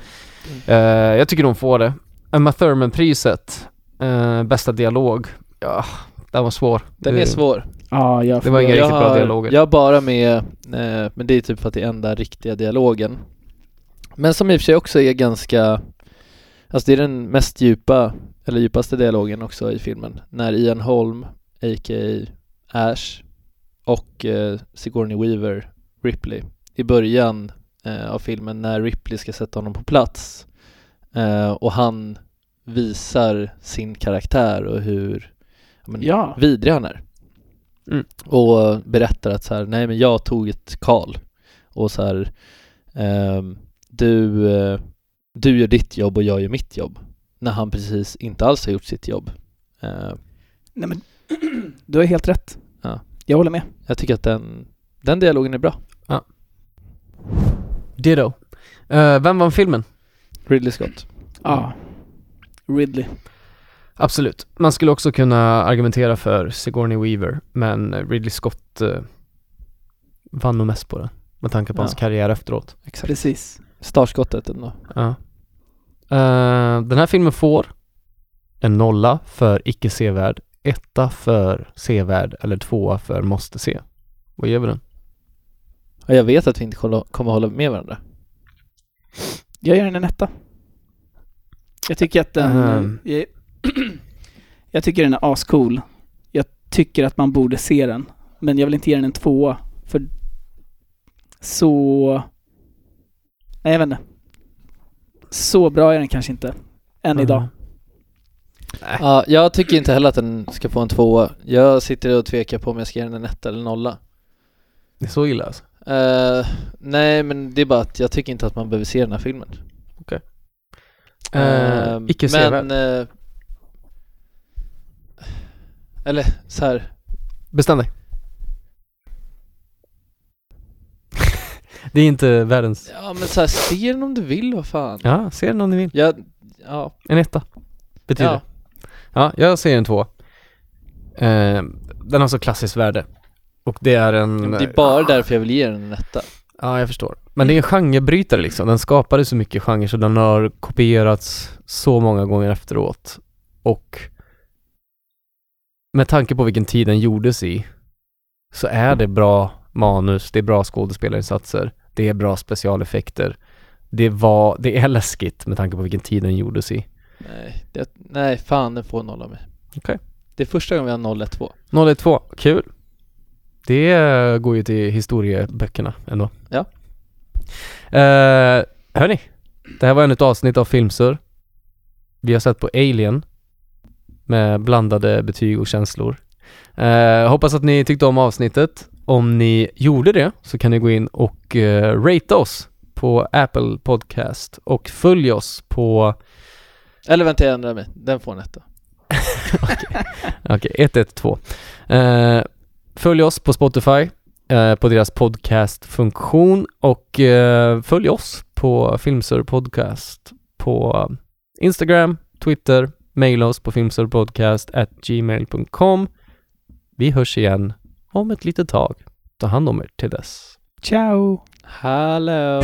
[SPEAKER 1] Eh, jag tycker de får det. Emma Thurman-priset, eh, bästa dialog. Ja, den var svår.
[SPEAKER 5] Den
[SPEAKER 1] Det-
[SPEAKER 5] är svår.
[SPEAKER 6] Ja, jag
[SPEAKER 1] Det var inga
[SPEAKER 5] jag
[SPEAKER 1] riktigt bra
[SPEAKER 5] har-
[SPEAKER 1] dialoger.
[SPEAKER 5] Jag har bara med, eh, men det är typ för att det är enda riktiga dialogen. Men som i och för sig också är ganska, alltså det är den mest djupa, eller djupaste dialogen också i filmen. När Ian Holm, a.k.a. Ash och eh, Sigourney Weaver, Ripley, i början eh, av filmen när Ripley ska sätta honom på plats eh, och han visar sin karaktär och hur ja, men,
[SPEAKER 6] Ja.
[SPEAKER 5] vidrig han är.
[SPEAKER 1] Mm.
[SPEAKER 5] Och berättar att så här, nej men jag tog ett call och så här, ehm, du, eh, du gör ditt jobb och jag gör mitt jobb. När han precis inte alls har gjort sitt jobb. Eh,
[SPEAKER 6] Nej, men, du har helt rätt.
[SPEAKER 5] Ja.
[SPEAKER 6] Jag håller med.
[SPEAKER 5] jag tycker att den, den dialogen är bra.
[SPEAKER 1] Ditto. Eh, vem vann filmen?
[SPEAKER 5] Ridley Scott.
[SPEAKER 6] Ja. Ridley.
[SPEAKER 1] Absolut. Man skulle också kunna argumentera för Sigourney Weaver, men Ridley Scott eh, vann nog mest på den. Med tanke på
[SPEAKER 5] Ja.
[SPEAKER 1] hans karriär efteråt.
[SPEAKER 5] Exakt.
[SPEAKER 6] Precis.
[SPEAKER 5] Starskottet ändå.
[SPEAKER 1] Ja. Eh, den här filmen får en nolla för icke sevärd, etta för sevärd eller tvåa för måste se. Vad ger vi den?
[SPEAKER 5] Och jag vet att vi inte kolla- kommer hålla med varandra.
[SPEAKER 6] Jag gör den en etta. Jag tycker att den...
[SPEAKER 1] Ehm.
[SPEAKER 6] Jag, jag tycker den är ascool. Jag tycker att man borde se den. Men jag vill inte ge den en tvåa. För... Så... Nej, jag vet inte. Så bra är den kanske inte. Än idag.
[SPEAKER 5] Ja, jag tycker inte heller att den ska få en tvåa. Jag sitter och tvekar på om jag ska ge den en etta eller nolla.
[SPEAKER 1] Det är så illa alltså.
[SPEAKER 5] Eh, nej, men det är bara att jag tycker inte att man behöver se den här filmen.
[SPEAKER 1] Eh,
[SPEAKER 5] Ehm,
[SPEAKER 1] icke sevärd.
[SPEAKER 5] Men... eh, eller så här.
[SPEAKER 1] Bestäm dig. det är inte världens...
[SPEAKER 5] ja men så här, se den om du vill, vad fan.
[SPEAKER 1] Ja, se den om ni vill.
[SPEAKER 5] Ja, ja,
[SPEAKER 1] En etta. Betyder.
[SPEAKER 5] ja.
[SPEAKER 1] Ja, ja jag ser en två. Eh, den har så klassiskt värde. Och det är en... Ah.
[SPEAKER 5] Det är bara därför jag vill ge den en etta.
[SPEAKER 1] Ja, jag förstår. Men det är en genrebrytare liksom. Den skapade så mycket genre så den har kopierats så många gånger efteråt. Och med tanke på vilken tid den gjordes i så är det bra manus, det är bra skådespelarinsatser, det är bra specialeffekter. Det, var, det är läskigt med tanke på vilken tid den gjordes i.
[SPEAKER 5] Nej, det, nej fan den får en nolla av mig.
[SPEAKER 1] Okej.
[SPEAKER 5] Det är första gången vi har 012.
[SPEAKER 1] 012, kul. Det eh, går ju till historieböckerna ändå.
[SPEAKER 5] Ja.
[SPEAKER 1] Eh, hörni, det här var ännu ett avsnitt av Filmsur. Vi har sett på Alien med blandade betyg och känslor. Eh, hoppas att ni tyckte om avsnittet. Om ni gjorde det så kan ni gå in och eh, rate oss på Apple Podcast och följ oss på
[SPEAKER 5] Eller vänta, jag ändrar mig. Den får en etta.
[SPEAKER 1] Okej, 112. Eh, följ oss på Spotify, eh, på deras podcastfunktion och eh, följ oss på Filmsur Podcast på Instagram, Twitter, mejla oss på filmsurpodcast@gmail.com. Vi hörs igen om ett litet tag. Ta hand om er till dess.
[SPEAKER 6] Ciao!
[SPEAKER 5] Hallå!